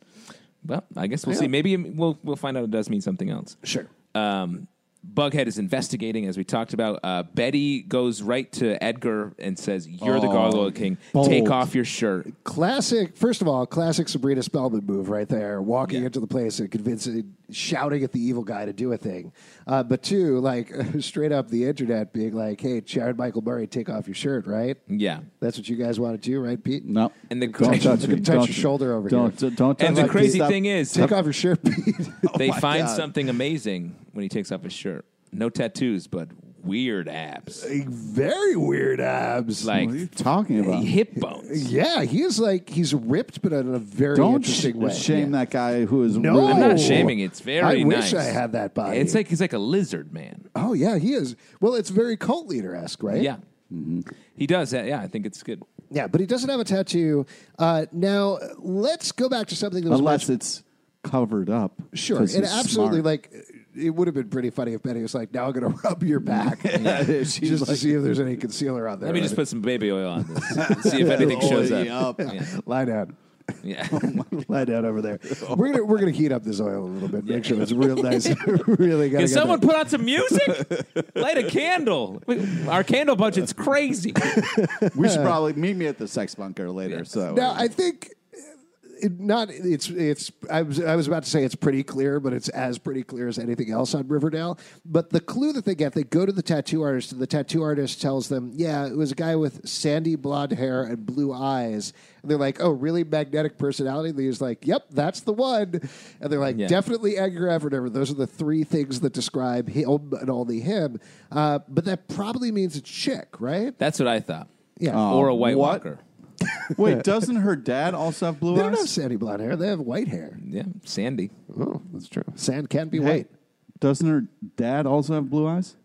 well i guess we'll see maybe it- we'll, we'll find out it does mean something else Sure. um, bughead is investigating as we talked about uh, betty goes right to edgar and says you're Oh, the gargoyle king take off your shirt Classic, first of all, classic Sabrina Spellman move right there, walking Yeah. into the place and convincing, shouting at the evil guy to do a thing. Uh, but two, like straight up the internet being like, hey, Jared Michael Murray, take off your shirt, right? yeah That's what you guys want to do, right, Pete? no. And the don't crazy- touch, You me. can touch Don't- your shoulder over don't, here. Don't, don't touch and the my crazy feet. thing is Take Oh off your shirt, Pete. they find something amazing when he takes off his shirt no tattoos but weird abs Very weird abs. like What are you talking about? hip bones yeah, he is like he's ripped, but in a very Don't interesting sh- way. shame that guy who is. No. really- I'm not Oh. shaming. It's very I nice. wish I had that Uh, body. It's like he's like a lizard man. oh yeah, he is. Well, it's very cult leader esque, right? Yeah, Mm-hmm. he does. that. Yeah, I think it's good. yeah, but he doesn't have a tattoo. Uh, now let's go back to something that was Unless much- it's covered up. sure. because It he's absolutely smart. like it would have been pretty funny if Betty was like, "Now I'm going to rub your back just She's to like- see if there's any concealer on there." Let me right? just put some baby oil on this. and see if anything shows Oily up. up. Oh Yeah, lie down. yeah. Lie down over there. We're gonna we're gonna heat up this oil a little bit. Make sure it's real nice. really got Can someone put on some music? Light a candle. We- Our candle budget's crazy. we should probably meet me at the sex bunker later. So Now I think it, not. It's it's. I was I was about to say it's pretty clear, but it's as pretty clear as anything else on Riverdale. But the clue that they get, they go to the tattoo artist, and the tattoo artist tells them, "Yeah, it was a guy with sandy blonde hair and blue eyes." And they're like, "Oh, really magnetic personality?" And he's like, "Yep, that's the one." And they're like, Yeah. "Definitely Edgar Everett." Everett. Those are the three things that describe him and only him. Uh, but that probably means a chick, right? That's what I thought. Yeah. or a White Oh, what? Walker. Wait, doesn't her dad also have blue They don't have eyes? sandy blonde hair. They have white hair. Yeah, Sandy. Oh, that's true. Sand can be Hey, white. doesn't her dad also have blue eyes?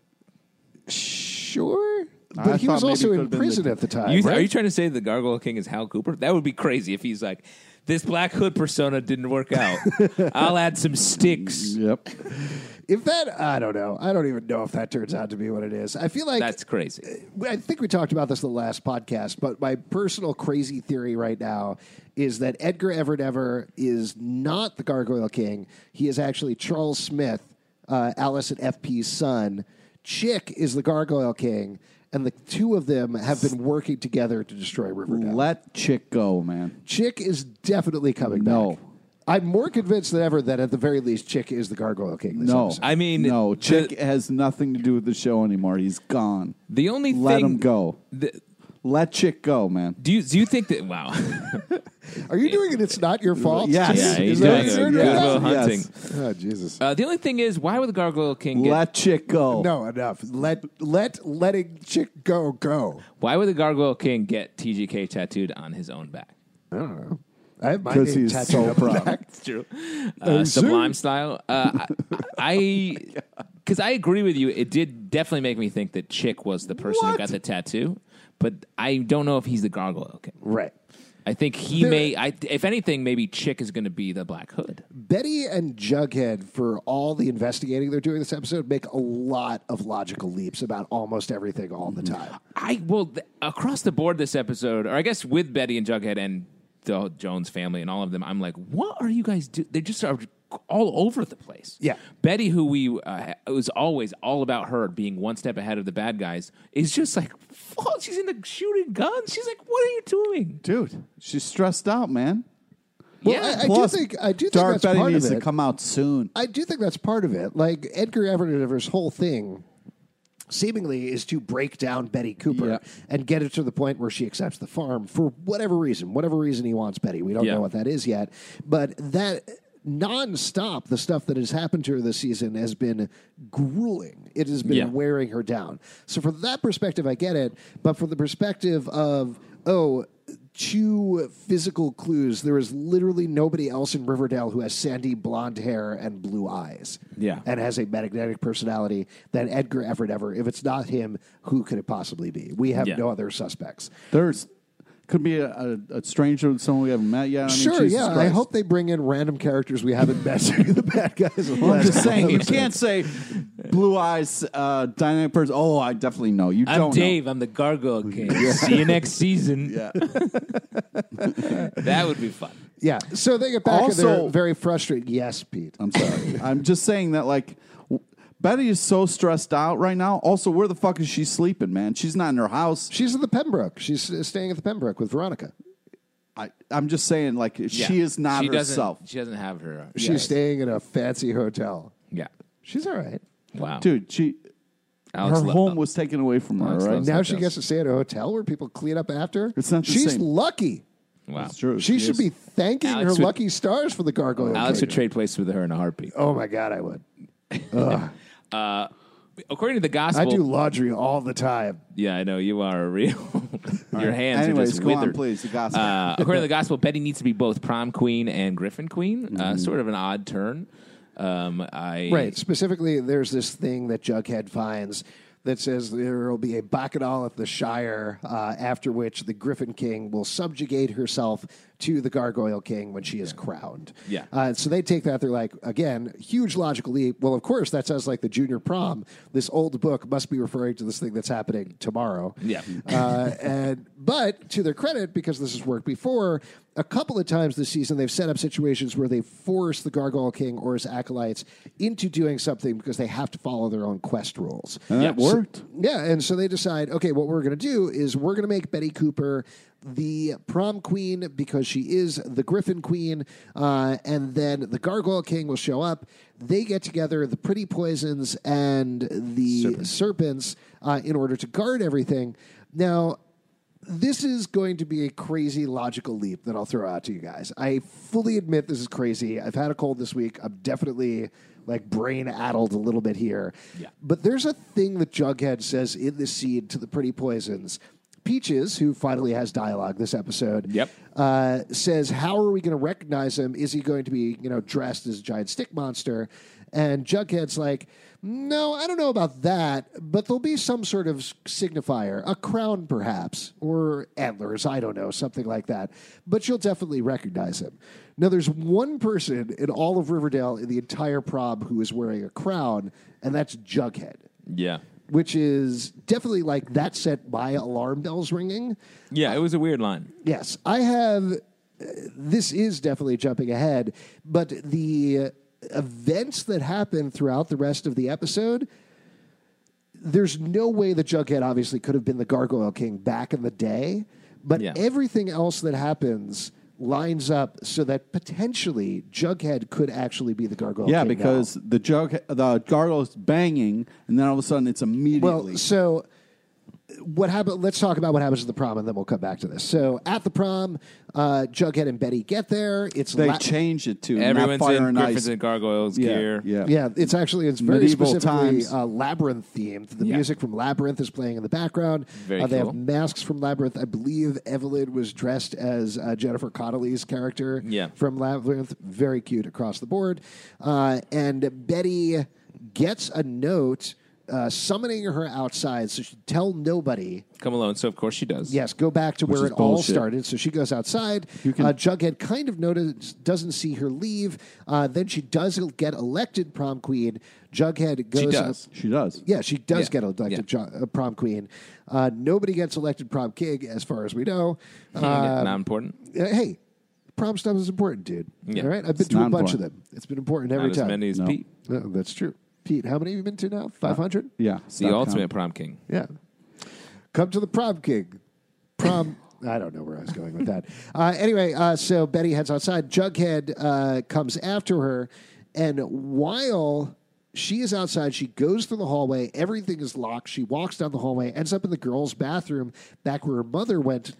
Sure. But I he was thought maybe also it in could've been prison the- at the time. You- right? Are you trying to say the Gargoyle King is Hal Cooper? That would be crazy if he's like, this Black Hood persona didn't work out. I'll add some sticks. Yep. if that, I don't know. I don't even know if that turns out to be what it is. I feel like That's crazy. I think we talked about this in the last podcast, but my personal crazy theory right now is that Edgar Everett Ever is not the Gargoyle King. He is actually Charles Smith, uh, Alice and FP's son. Chick is the Gargoyle King, and the two of them have been working together to destroy Riverdale. Let chick go, man. Chick is definitely coming No. back. I'm more convinced than ever that at the very least, Chick is the Gargoyle King. This No, episode. I mean, no. the- Chick has nothing to do with the show anymore. He's gone. The only Let thing. him go. the- Let chick go, man. do you do you think that? Wow. Are you doing it? It's not your fault. Yes. yeah, Is he's that doing what a you're good doing? will Yes. hunting. Oh, Jesus. Uh, the only thing is, why would the Gargoyle King get? Let chick go. No, enough. Let let letting Chick go go. why would the Gargoyle King get TGK tattooed on his own back? I have my because name he's tattooed so on my proud. It's true. Uh, sublime style. Uh, I, because I agree with you. It did definitely make me think that Chick was the person who got the tattoo, but I don't know if he's the gargoyle. Okay. Right. I think he There- may. I, if anything, maybe Chick is going to be the Black Hood. Betty and Jughead, for all the investigating they're doing this episode, make a lot of logical leaps about almost everything all the Mm-hmm. time. I well th- across the board this episode, or I guess with Betty and Jughead and the whole Jones family and all of them, I'm like, what are you guys do? They just are all over the place. Yeah. Betty, who we uh, it was always all about her being one step ahead of the bad guys, is just like, fuck, she's into shooting guns. She's like, what are you doing? dude. She's stressed out, man. yeah, I- I- do think- I do think Dark that's Betty part of needs to it. come out soon. I do think that's part of it. Like Edgar Everett Everett's whole thing seemingly is to break down Betty Cooper Yeah. and get it to the point where she accepts the farm for whatever reason, whatever reason he wants Betty. We don't Yeah. know what that is yet, but that nonstop, the stuff that has happened to her this season has been grueling. It has been Yeah. wearing her down. So from that perspective, I get it. But from the perspective of oh. Two physical clues. There is literally nobody else in Riverdale who has sandy blonde hair and blue eyes Yeah. and has a magnetic personality than Edgar Everett ever. If it's not him, who could it possibly be? We have Yeah. no other suspects. There's could be a, a, a stranger, someone we haven't met yet. I mean, sure, Jesus yeah. I Christ. hope they bring in random characters we haven't met to be the bad guys. of the Well, I'm last just saying, you episode. can't say blue eyes, uh, dynamic person. Oh, I definitely know. You I'm don't Dave. I'm the Gargoyle King. See you next season. Yeah, that would be fun. Yeah. So they get back and Also- they're very frustrated. Yes, Pete. know. I'm sorry. I'm just saying that, like, w- Betty is so stressed out right now. Also, where the fuck is she sleeping, man? She's not in her house. She's at the Pembroke. She's uh, staying at the Pembroke with Veronica. I, I'm just saying, like, Yeah. she is not She doesn't- herself. She doesn't have her. She's staying in a fancy hotel. Yeah. She's all right. Wow. Dude, she Alex her Lo- home was taken away from her, Alex right? loves- That's now what she it gets does. to stay at a hotel where people clean up after. It's not the She's same. lucky. Wow. It's true. She should is. be thanking Alex her would- lucky stars for the gargoyle. Alex would character. trade places with her in a heartbeat. Oh my god, I would. Uh, According to the I gospel, do laundry all the time. Yeah, I know you are a real. Your hands are Anyways, just go withered. on, please. The gospel. Uh, according to the gospel, Betty needs to be both prom queen and griffin queen. Mm-hmm. Uh, sort of an odd turn. Um, I Right. Specifically, there's this thing that Jughead finds that says there will be a bacchanal at the Shire, uh, after which the Griffin King will subjugate herself to the Gargoyle King when she is crowned. Yeah. Uh, so they take that. They're like, again, huge logical leap. Well, of course, that sounds like the junior prom. This old book must be referring to this thing that's happening tomorrow. Yeah. uh, and but to their credit, because this has worked before, a couple of times this season they've set up situations where they force the Gargoyle King or his acolytes into doing something because they have to follow their own quest rules. and that worked. Yeah, and so they decide, okay, what we're going to do is we're going to make Betty Cooper the prom queen because she is the Griffin queen, uh, and then the Gargoyle King will show up. They get together the pretty poisons and the serpents uh, in order to guard everything. Now, this is going to be a crazy logical leap that I'll throw out to you guys. I fully admit this is crazy. I've had a cold this week. I'm definitely like brain addled a little bit here. Yeah. But there's a thing that Jughead says in this seed to the pretty poisons Peaches, who finally has dialogue this episode, Yep. uh, says, "How are we going to recognize him? Is he going to be, you know, dressed as a giant stick monster?" And Jughead's like, "No, I don't know about that, but there'll be some sort of s- signifier, a crown perhaps, or antlers. I don't know, something like that. But you'll definitely recognize him." Now, there's one person in all of Riverdale in the entire prom who is wearing a crown, and that's Jughead Yeah. which is definitely like that set my alarm bells ringing. Yeah, it was a weird line. Yes, I have. uh, This is definitely jumping ahead, but the uh, events that happen throughout the rest of the episode, there's no way that Jughead obviously could have been the Gargoyle King back in the day, but Yeah. everything else that happens lines up so that potentially Jughead could actually be the Gargoyle Yeah, King. now. because the jug, the gargoyle's banging, and then all of a sudden it's immediately. Well, so what happened? Let's talk about what happens at the prom, and then we'll come back to this. So at the prom, uh, Jughead and Betty get there. It's they la- changed it to not Everyone's fire in and Griffins ice. and Gargoyles yeah, gear. yeah, Yeah, it's actually it's very Medieval specifically times. uh, labyrinth themed. The Yeah. music from Labyrinth is playing in the background. Very uh, they cool. have masks from Labyrinth. I believe Evelyn was dressed as uh, Jennifer Connelly's character Yeah. from Labyrinth. Very cute across the board. Uh, and Betty gets a note uh, summoning her outside, so she tell nobody Come alone. So of course she does. Yes, go back to where is it all bullshit. started. So she goes outside. uh, Jughead kind of notice, doesn't see her leave. Uh, then she does get elected prom queen. Jughead goes. She does. she does. yeah, she does Yeah. get elected Yeah. ju- uh, prom queen. Uh, nobody gets elected prom king, as far as we know. Uh, Not important. hey, prom stuff is important, dude. Yeah. All right, I've been It's to a not bunch of important. them. It's been important every Not as time. many as No. Pete. Uh, that's true. Pete, how many have you been to now? Five hundred. Yeah, It's the ultimate prom king. Yeah. Come to the prom king. Prom. I don't know where I was going with that. Uh, anyway, uh, so Betty heads outside. Jughead uh, comes after her. And while she is outside, she goes through the hallway. Everything is locked. She walks down the hallway, ends up in the girls' bathroom, back where her mother went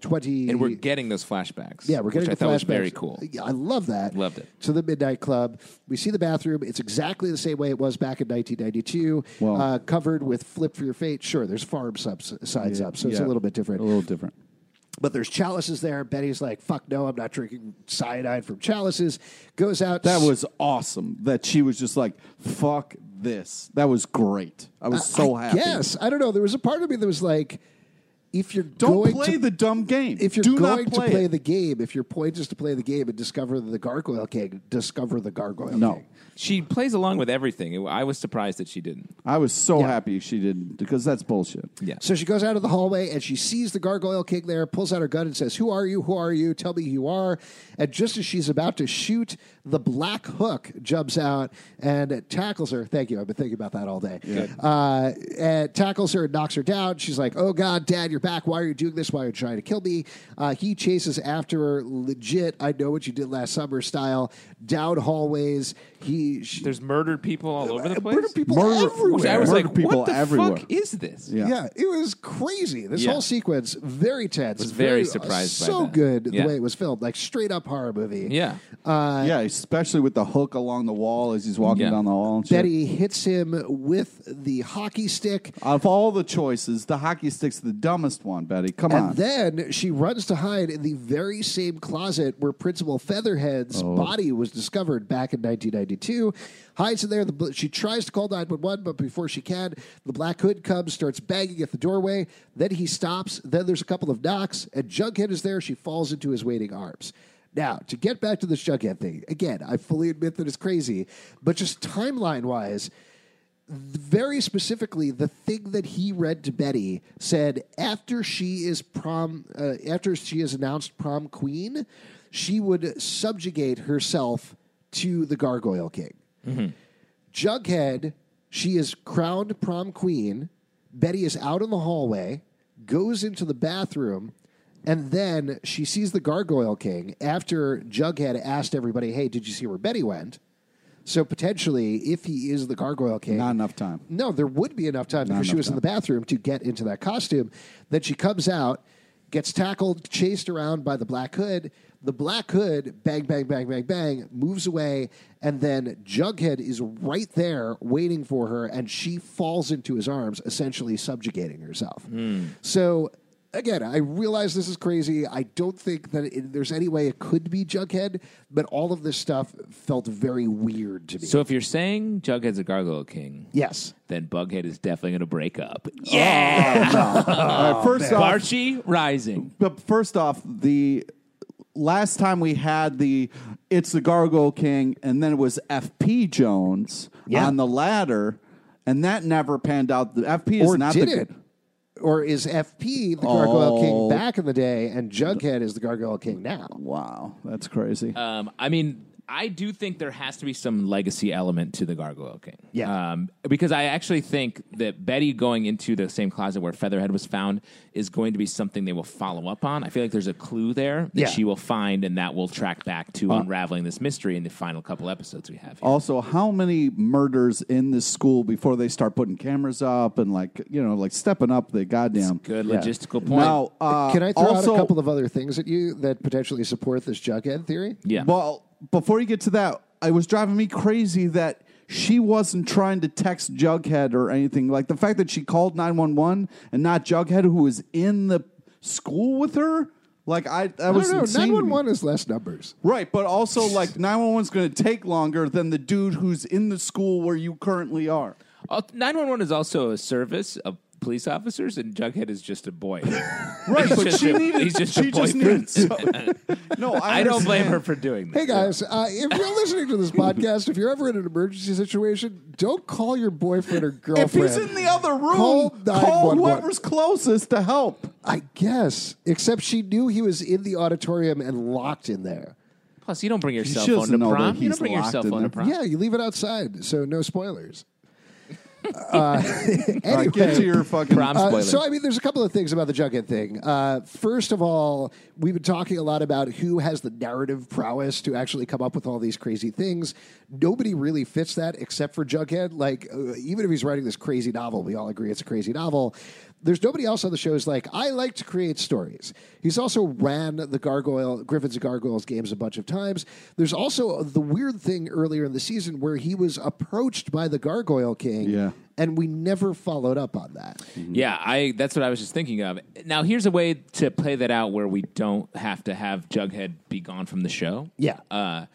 20. And we're getting those flashbacks. Yeah, we're getting which the I flashbacks. thought was very cool. Yeah, I love that. Loved it. To the Midnight Club. We see the bathroom. It's exactly the same way it was back in 1992, Wow. uh, covered with Flip for Your Fate. Sure, there's farm subs- sides up, so it's a Yeah. little bit different. A little different. But there's chalices there. Betty's like, fuck no, I'm not drinking cyanide from chalices. Goes out. That was awesome. That she was just like, "Fuck this." That was great. I was so happy. Yes, I don't know. There was a part of me that was like, if you're Don't going play to the dumb game. if you're Do going not play to play it. the game, if your point is to play the game and discover the gargoyle king, discover the gargoyle No. king. She plays along with everything. I was surprised that she didn't. I was so Yeah. happy she didn't because that's bullshit. Yeah. So she goes out of the hallway and she sees the gargoyle king there, pulls out her gun and says, Who are you? Who are you? Tell me who you are. And just as she's about to shoot, the black hook jumps out and tackles her. Thank you. I've been thinking about that all day. Uh, and tackles her and knocks her down. She's like, Oh God, dad, you're back. Why are you doing this? Why are you trying to kill me? Uh, he chases after her, legit, I know what you did last summer style, down hallways. He, she, There's murdered people all over the place. murder people Murder- everywhere. Which I was Murdered like, people what the everywhere. fuck is this? Yeah. Yeah. it was crazy. This Yeah. whole sequence, very tense. Was very uh, surprised by So that. good Yeah. the way it was filmed, like straight up horror movie. Yeah. yeah, especially with the hook along the wall as he's walking Yeah. down the hall. And shit. Betty hits him with the hockey stick, Of all the choices, the hockey stick's the dumbest one, Betty. Come on. and then she runs to hide in the very same closet where Principal Featherhead's Oh. body was discovered back in 1992. Hides in there. The, bl- she tries to call 911, but before she can, the Black Hood comes, starts banging at the doorway. Then he stops. Then there's a couple of knocks, and Jughead is there. She falls into his waiting arms. Now, to get back to this Jughead thing, again, I fully admit that it's crazy, but just timeline wise, very specifically, the thing that he read to Betty said after she is prom, uh, after she is announced prom queen, she would subjugate herself to the Gargoyle King. Jughead, she is crowned prom queen. Betty is out in the hallway, goes into the bathroom, and then she sees the Gargoyle King after Jughead asked everybody, Hey, did you see where Betty went? So potentially, if he is the Gargoyle King, Not enough time. no, there would be enough time because she enough was in the bathroom to get into that costume. Then she comes out, gets tackled, chased around by the Black Hood. The Black Hood, bang, bang, bang, bang, bang, moves away, and then Jughead is right there waiting for her, and she falls into his arms, essentially subjugating herself. So, again, I realize this is crazy. I don't think that it, there's any way it could be Jughead, but all of this stuff felt very weird to me. So if you're saying Jughead's a Gargoyle King, yes. then Bughead is definitely going to break up. Yeah, All right, first off, Barchi rising. But first off, the last time we had the it's the Gargoyle King, and then it was FP Jones Yeah. on the ladder, and that never panned out. The FP is Or not did the it? Or is FP the Gargoyle Oh. King back in the day, and Jughead is the Gargoyle King now? wow, that's crazy. Um, I mean, I do think there has to be some legacy element to the Gargoyle King. Yeah. Um, because I actually think that Betty going into the same closet where Featherhead was found is going to be something they will follow up on. I feel like there's a clue there that Yeah. she will find, and that will track back to unraveling this mystery in the final couple episodes we have. Here. also, how many murders in this school before they start putting cameras up and like you know like stepping up the goddamn good Yeah. logistical point. Now, uh, Can I throw also, out a couple of other things at you that potentially support this Jughead theory? yeah. Well, before you get to that, it was driving me crazy that she wasn't trying to text Jughead or anything. Like the fact that she called 911 and not Jughead, who was in the school with her. Like I, that No, was no, insane to me. 911 is less numbers. Right, but also like 911's going to take longer than the dude who's in the school where you currently are. Nine one one is also a service of police officers, and Jughead is just a boy. Right, He's but just she a- needed. he's just a she just boyfriend. needed. So, no, I, I don't understand. blame her for doing that. Hey guys, uh, if you're listening to this podcast, if you're ever in an emergency situation, don't call your boyfriend or If girlfriend. he's in the other room, Call call 911. whoever's closest to help. I guess, except she knew he was in the auditorium and locked in there. Plus, you don't bring your She cell doesn't phone to know that prom. You he's don't bring your locked cell in phone there. to prom. Yeah, you leave it outside, so no spoilers. uh, All anyway, right, get to your fucking Prom Uh, spoiler. so I mean, there's a couple of things about the Jughead thing. Uh, first of all, we've been talking a lot about who has the narrative prowess to actually come up with all these crazy things. Nobody really fits that except for Jughead. Like, uh, even if he's writing this crazy novel, we all agree it's a crazy novel. There's nobody else on the show who's like, I like to create stories. He's also ran the Gargoyle, Griffins and Gargoyles games a bunch of times. There's also the weird thing earlier in the season where he was approached by the Gargoyle King. Yeah. And we never followed up on that. Yeah, I that's what I was just thinking of. Now here's a way to play that out where we don't have to have Jughead be gone from the show. Yeah. Uh,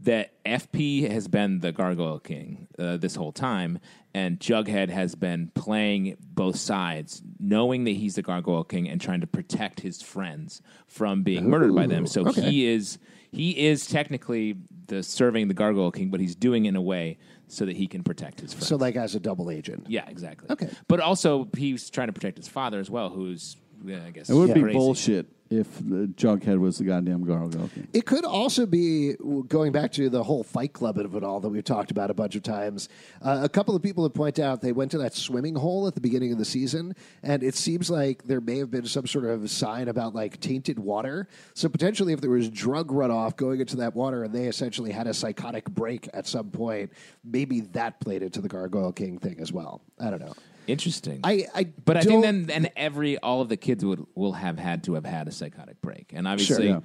that FP has been the Gargoyle King uh, this whole time, and Jughead has been playing both sides, knowing that he's the Gargoyle King and trying to protect his friends from being murdered by them. So he is he is technically the serving the Gargoyle King, but he's doing it in a way so that he can protect his friends. So, like, as a double agent. Yeah, exactly. Okay. but also he's trying to protect his father as well, who's yeah, I guess It would be crazy. bullshit if the Jughead was the goddamn gargoyle. King. It could also be w- going back to the whole Fight Club of it all that we've talked about a bunch of times. Uh, a couple of people have pointed out they went to that swimming hole at the beginning of the season, and it seems like there may have been some sort of sign about like tainted water. So potentially, if there was drug runoff going into that water, and they essentially had a psychotic break at some point, maybe that played into the Gargoyle King thing as well. I don't know. Interesting. I, I but I don't- think then then every all of the kids would will have had to have had a psychotic break, and obviously yeah.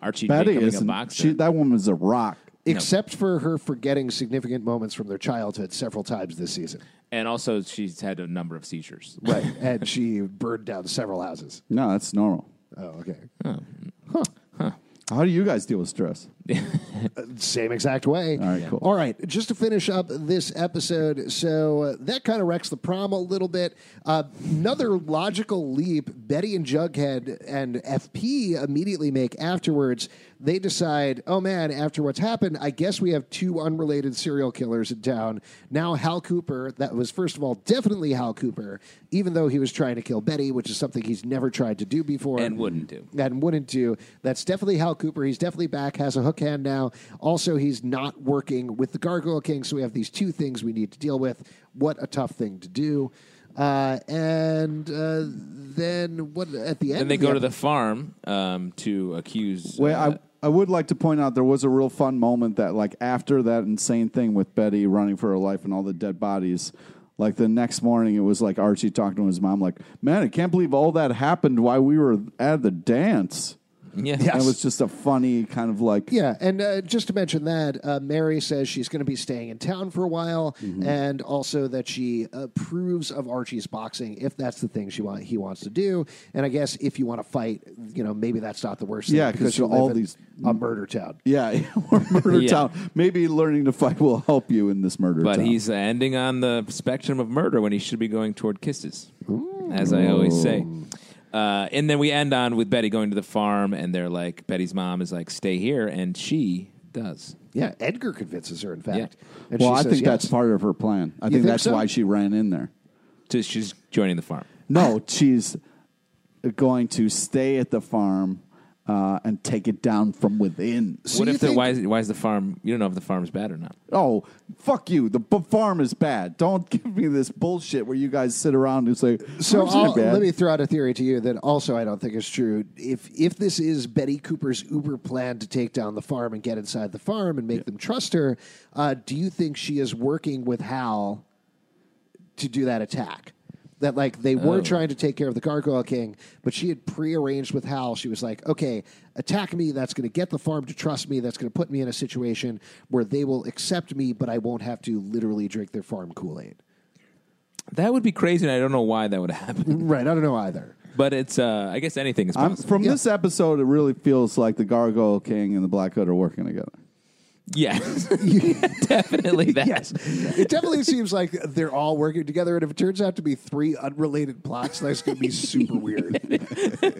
Archie Betty becoming a isn't. boxer. She, that woman's a rock. except for her forgetting significant moments from their childhood several times this season. and also she's had a number of seizures. Right. and she burned down several houses. No, that's normal. Oh, okay. How do you guys deal with stress? Same exact way. All right, cool. All right. Just to finish up this episode, so uh, that kind of wrecks the prom a little bit. Uh, another logical leap Betty and Jughead and FP immediately make afterwards. They decide, oh man, after what's happened, I guess we have two unrelated serial killers in town. Now, Hal Cooper, that was first of all definitely Hal Cooper, even though he was trying to kill Betty, which is something he's never tried to do before And wouldn't do. and wouldn't do. That's definitely Hal Cooper. He's definitely back, has a hook hand now. Also, he's not working with the Gargoyle King, so we have these two things we need to deal with. What a tough thing to do. Uh, and uh, then what at the end? Then they of go the to the farm um, to accuse. Wait, uh, I, I would like to point out there was a real fun moment that, like, after that insane thing with Betty running for her life and all the dead bodies, Like the next morning, it was like Archie talking to his mom, like, "Man, I can't believe all that happened while we were at the dance." uh, Yeah. That was just a funny kind of like, Yeah, and uh, just to mention that, uh, Mary says she's going to be staying in town for a while, Mm-hmm. and also that she approves of Archie's boxing if that's the thing she want he wants to do. And I guess if you want to fight, you know, maybe that's not the worst. Yeah, thing 'cause you all live in these- a murder town. yeah, or murder Yeah. town. Maybe learning to fight will help you in this murder But town. he's ending on the spectrum of murder when he should be going toward kisses, as I always say. Uh, and then we end on with Betty going to the farm, and they're like, Betty's mom is like, "Stay here," and she does. Yeah, Edgar convinces her. In fact, and well, she I says think yes. that's part of her plan. I think, think that's so? why she ran in there. So she's joining the farm. No, she's going to stay at the farm uh, and take it down from within. what you if the think- why is, why is the farm? You don't know if the farm's bad or not. Oh, fuck you. The b- farm is bad. Don't give me this bullshit where you guys sit around and say, So "Farm's not I'll, bad." let me throw out a theory to you that also I don't think is true. If if this is Betty Cooper's Uber plan to take down the farm and get inside the farm and make them trust her, uh, do you think she is working with Hal to do that attack? That like they were trying to take care of the Gargoyle King, but she had prearranged with Hal. She was like, "Okay, attack me. That's going to get the farm to trust me. That's going to put me in a situation where they will accept me, but I won't have to literally drink their farm Kool Aid." That would be crazy, and I don't know why that would happen. Right? I don't know either. But it's uh, I guess anything is I'm, possible. from this episode, it really feels like the Gargoyle King and the Black Hood are working together. yeah, definitely that. Yes. It definitely seems like they're all working together. And if it turns out to be three unrelated plots, that's going to be super weird.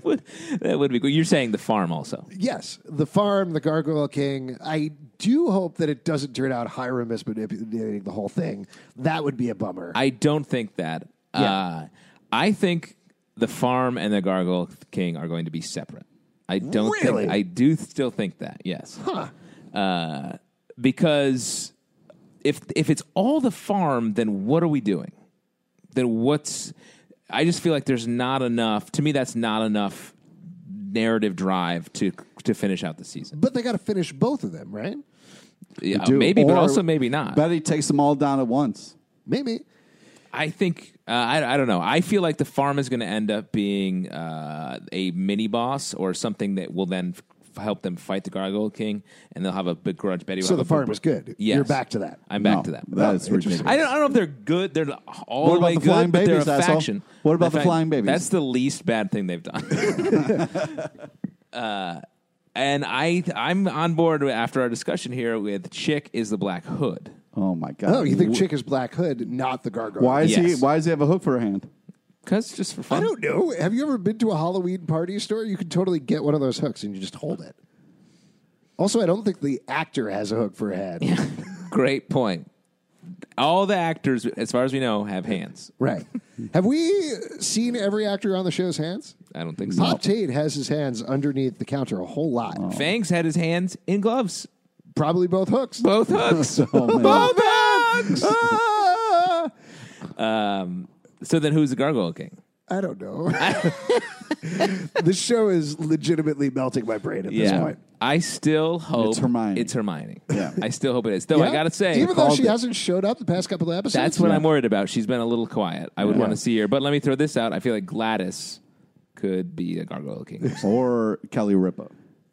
that would be cool. You're saying the farm also. yes. The farm, the Gargoyle King. I do hope that it doesn't turn out Hiram is manipulating the whole thing. That would be a bummer. I don't think that. Uh, I think the farm and the Gargoyle King are going to be separate. I don't Really? think. I do still think that. Yes. Huh. Uh, because if if it's all the farm, then what are we doing? Then what's? I just feel like there's not enough. To me, that's not enough narrative drive to to finish out the season. but they got to finish both of them, right? Yeah, Do- maybe, but or also maybe not. Betty takes them all down at once. Maybe. I think uh, I, I don't know. I feel like the farm is going to end up being uh, a mini boss or something that will then f- help them fight the Gargoyle King, and they'll have a big grudge. Betty, will So the have a farm big- is good. Yes. You're back to that. I'm back No, to that. That is ridiculous. I don't, I don't know if they're good. They're all What the about way the good, flying but they're babies, a asshole? faction. What about In the flying babies? That's the least bad thing they've done. Uh, and I, I'm on board after our discussion here with Chick is the Black Hood. Oh my god! Oh, you think Chick is Black Hood, not the Gargoyle? why is he? Yes. Why does he have a hook for a hand? Cause just for fun, I don't know. Have you ever been to a Halloween party store? You can totally get one of those hooks and you just hold it. Also, I don't think the actor has a hook for a head. Great point. All the actors, as far as we know, have hands. Right. Have we seen every actor on the show's hands? I don't think so. Pop Tate has his hands underneath the counter a whole lot. Fangs had his hands in gloves. Probably both hooks. Both hooks. Oh, man. Both hooks. Ah! um, so then who's the Gargoyle King? I don't know. this show is legitimately melting my brain at this point. I still hope It's Hermione. It's Hermione. Yeah. I still hope it is. Though I Yeah? got to say, even though called she it- hasn't showed up the past couple of episodes, that's what I'm worried about. She's been a little quiet. I would want to see her. But let me throw this out. I feel like Gladys could be a Gargoyle King. Or Kelly Ripa?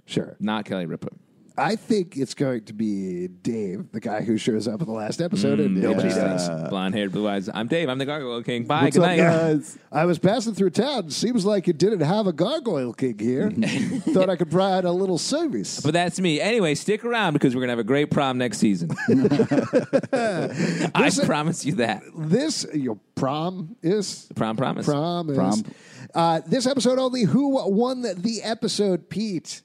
sure. Not Kelly Ripa. I think it's going to be Dave, the guy who shows up in the last episode, Mm, and nobody does. Blonde haired, blue eyes. I'm Dave. I'm the Gargoyle King. Bye. What's good up, night. guys? I was passing through town. Seems like you didn't have a gargoyle king here. Thought I could provide a little service. But that's me. Anyway, stick around because we're gonna have a great prom next season. I promise you that. this your prom is Prom promise. prom is Prom. Uh, this episode only. Who won the episode, Pete?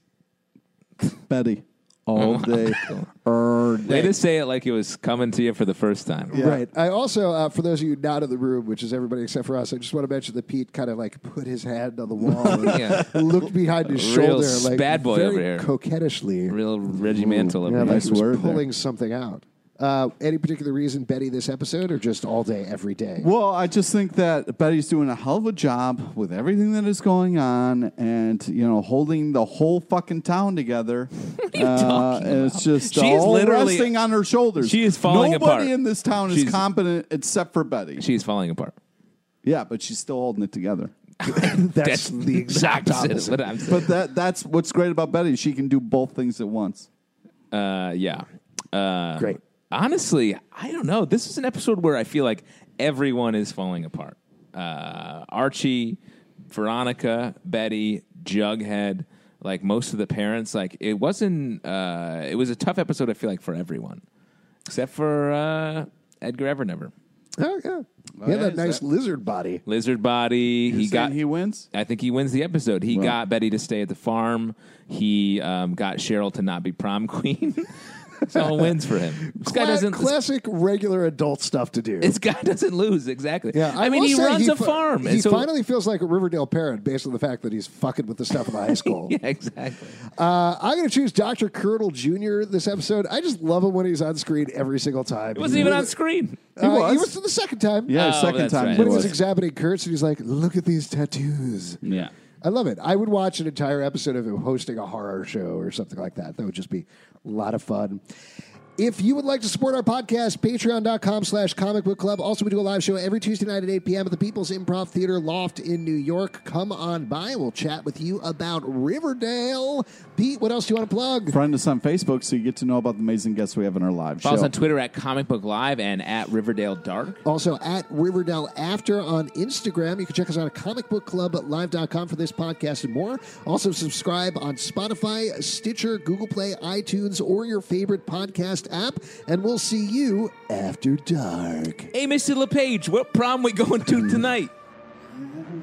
Betty, Oh, all day, er, Way to say it like it was coming to you for the first time. Right. I also, uh, for those of you not in the room, which is everybody except for us, I just want to mention that Pete kind of like put his hand on the wall, and Yeah. looked behind his Real shoulder, like bad boy very over here. coquettishly. Real regimental. Yeah, over like nice here. he was word there. pulling something out. Uh, any particular reason, Betty, this episode, or just all day, every day? Well, I just think that Betty's doing a hell of a job with everything that is going on, and you know, holding the whole fucking town together. What are you talking It's just uh, She is all literally- resting on her shoulders. She is falling Nobody apart. in this town She's- is competent except for Betty. She's falling apart. Yeah, but she's still holding it together. that's, the exact opposite of opposite. what I'm saying. But that that's what's great about Betty. She can do both things at once. Uh, yeah. Uh, Great. Honestly, I don't know. This is an episode where I feel like everyone is falling apart. Uh, Archie, Veronica, Betty, Jughead, like most of the parents. Like it wasn't. Uh, it was a tough episode. I feel like for everyone, except for uh, Edgar Evernever, Oh, yeah. He had yeah, that is nice that- lizard body. Lizard Body. You're he got Oh, saying he wins. I think he wins the episode. He got Betty to stay at the farm. He um, got Cheryl to not be prom queen. it's all wins for him. This guy Cla- doesn't. classic regular adult stuff to do. This guy doesn't lose exactly. Yeah, I, mean will he say runs a fi- farm. He and so, finally feels like a Riverdale parent based on the fact that he's fucking with the stuff in the high school. yeah, exactly. uh, I'm going to choose Dr. Kirtle Jr. this episode. I just love him when he's on screen every single time. It wasn't even on screen. Uh, He was. He was to the second time. Yeah, Oh, second that's time right. he When he It was was. examining Kurtz, and he's like, "Look at these tattoos." Yeah. I love it. I would watch an entire episode of him hosting a horror show or something like that. That would just be a lot of fun. If you would like to support our podcast, patreon.com slash comic book club. Also, we do a live show every Tuesday night at 8 p.m. at the People's Improv Theater Loft in New York. Come on by. We'll chat with you about Riverdale. Pete, what else do you want to plug? Friend us on Facebook so you get to know about the amazing guests we have in our live Follow us show. on Twitter at Comic Book Live and at Riverdale Dark. Also at Riverdale After on Instagram. You can check us out at comicbookclublive.com for this podcast and more. Also, subscribe on Spotify, Stitcher, Google Play, iTunes, or your favorite podcast app. And we'll see you after dark. Hey, Mr. LePage, what prom we going to tonight? Thank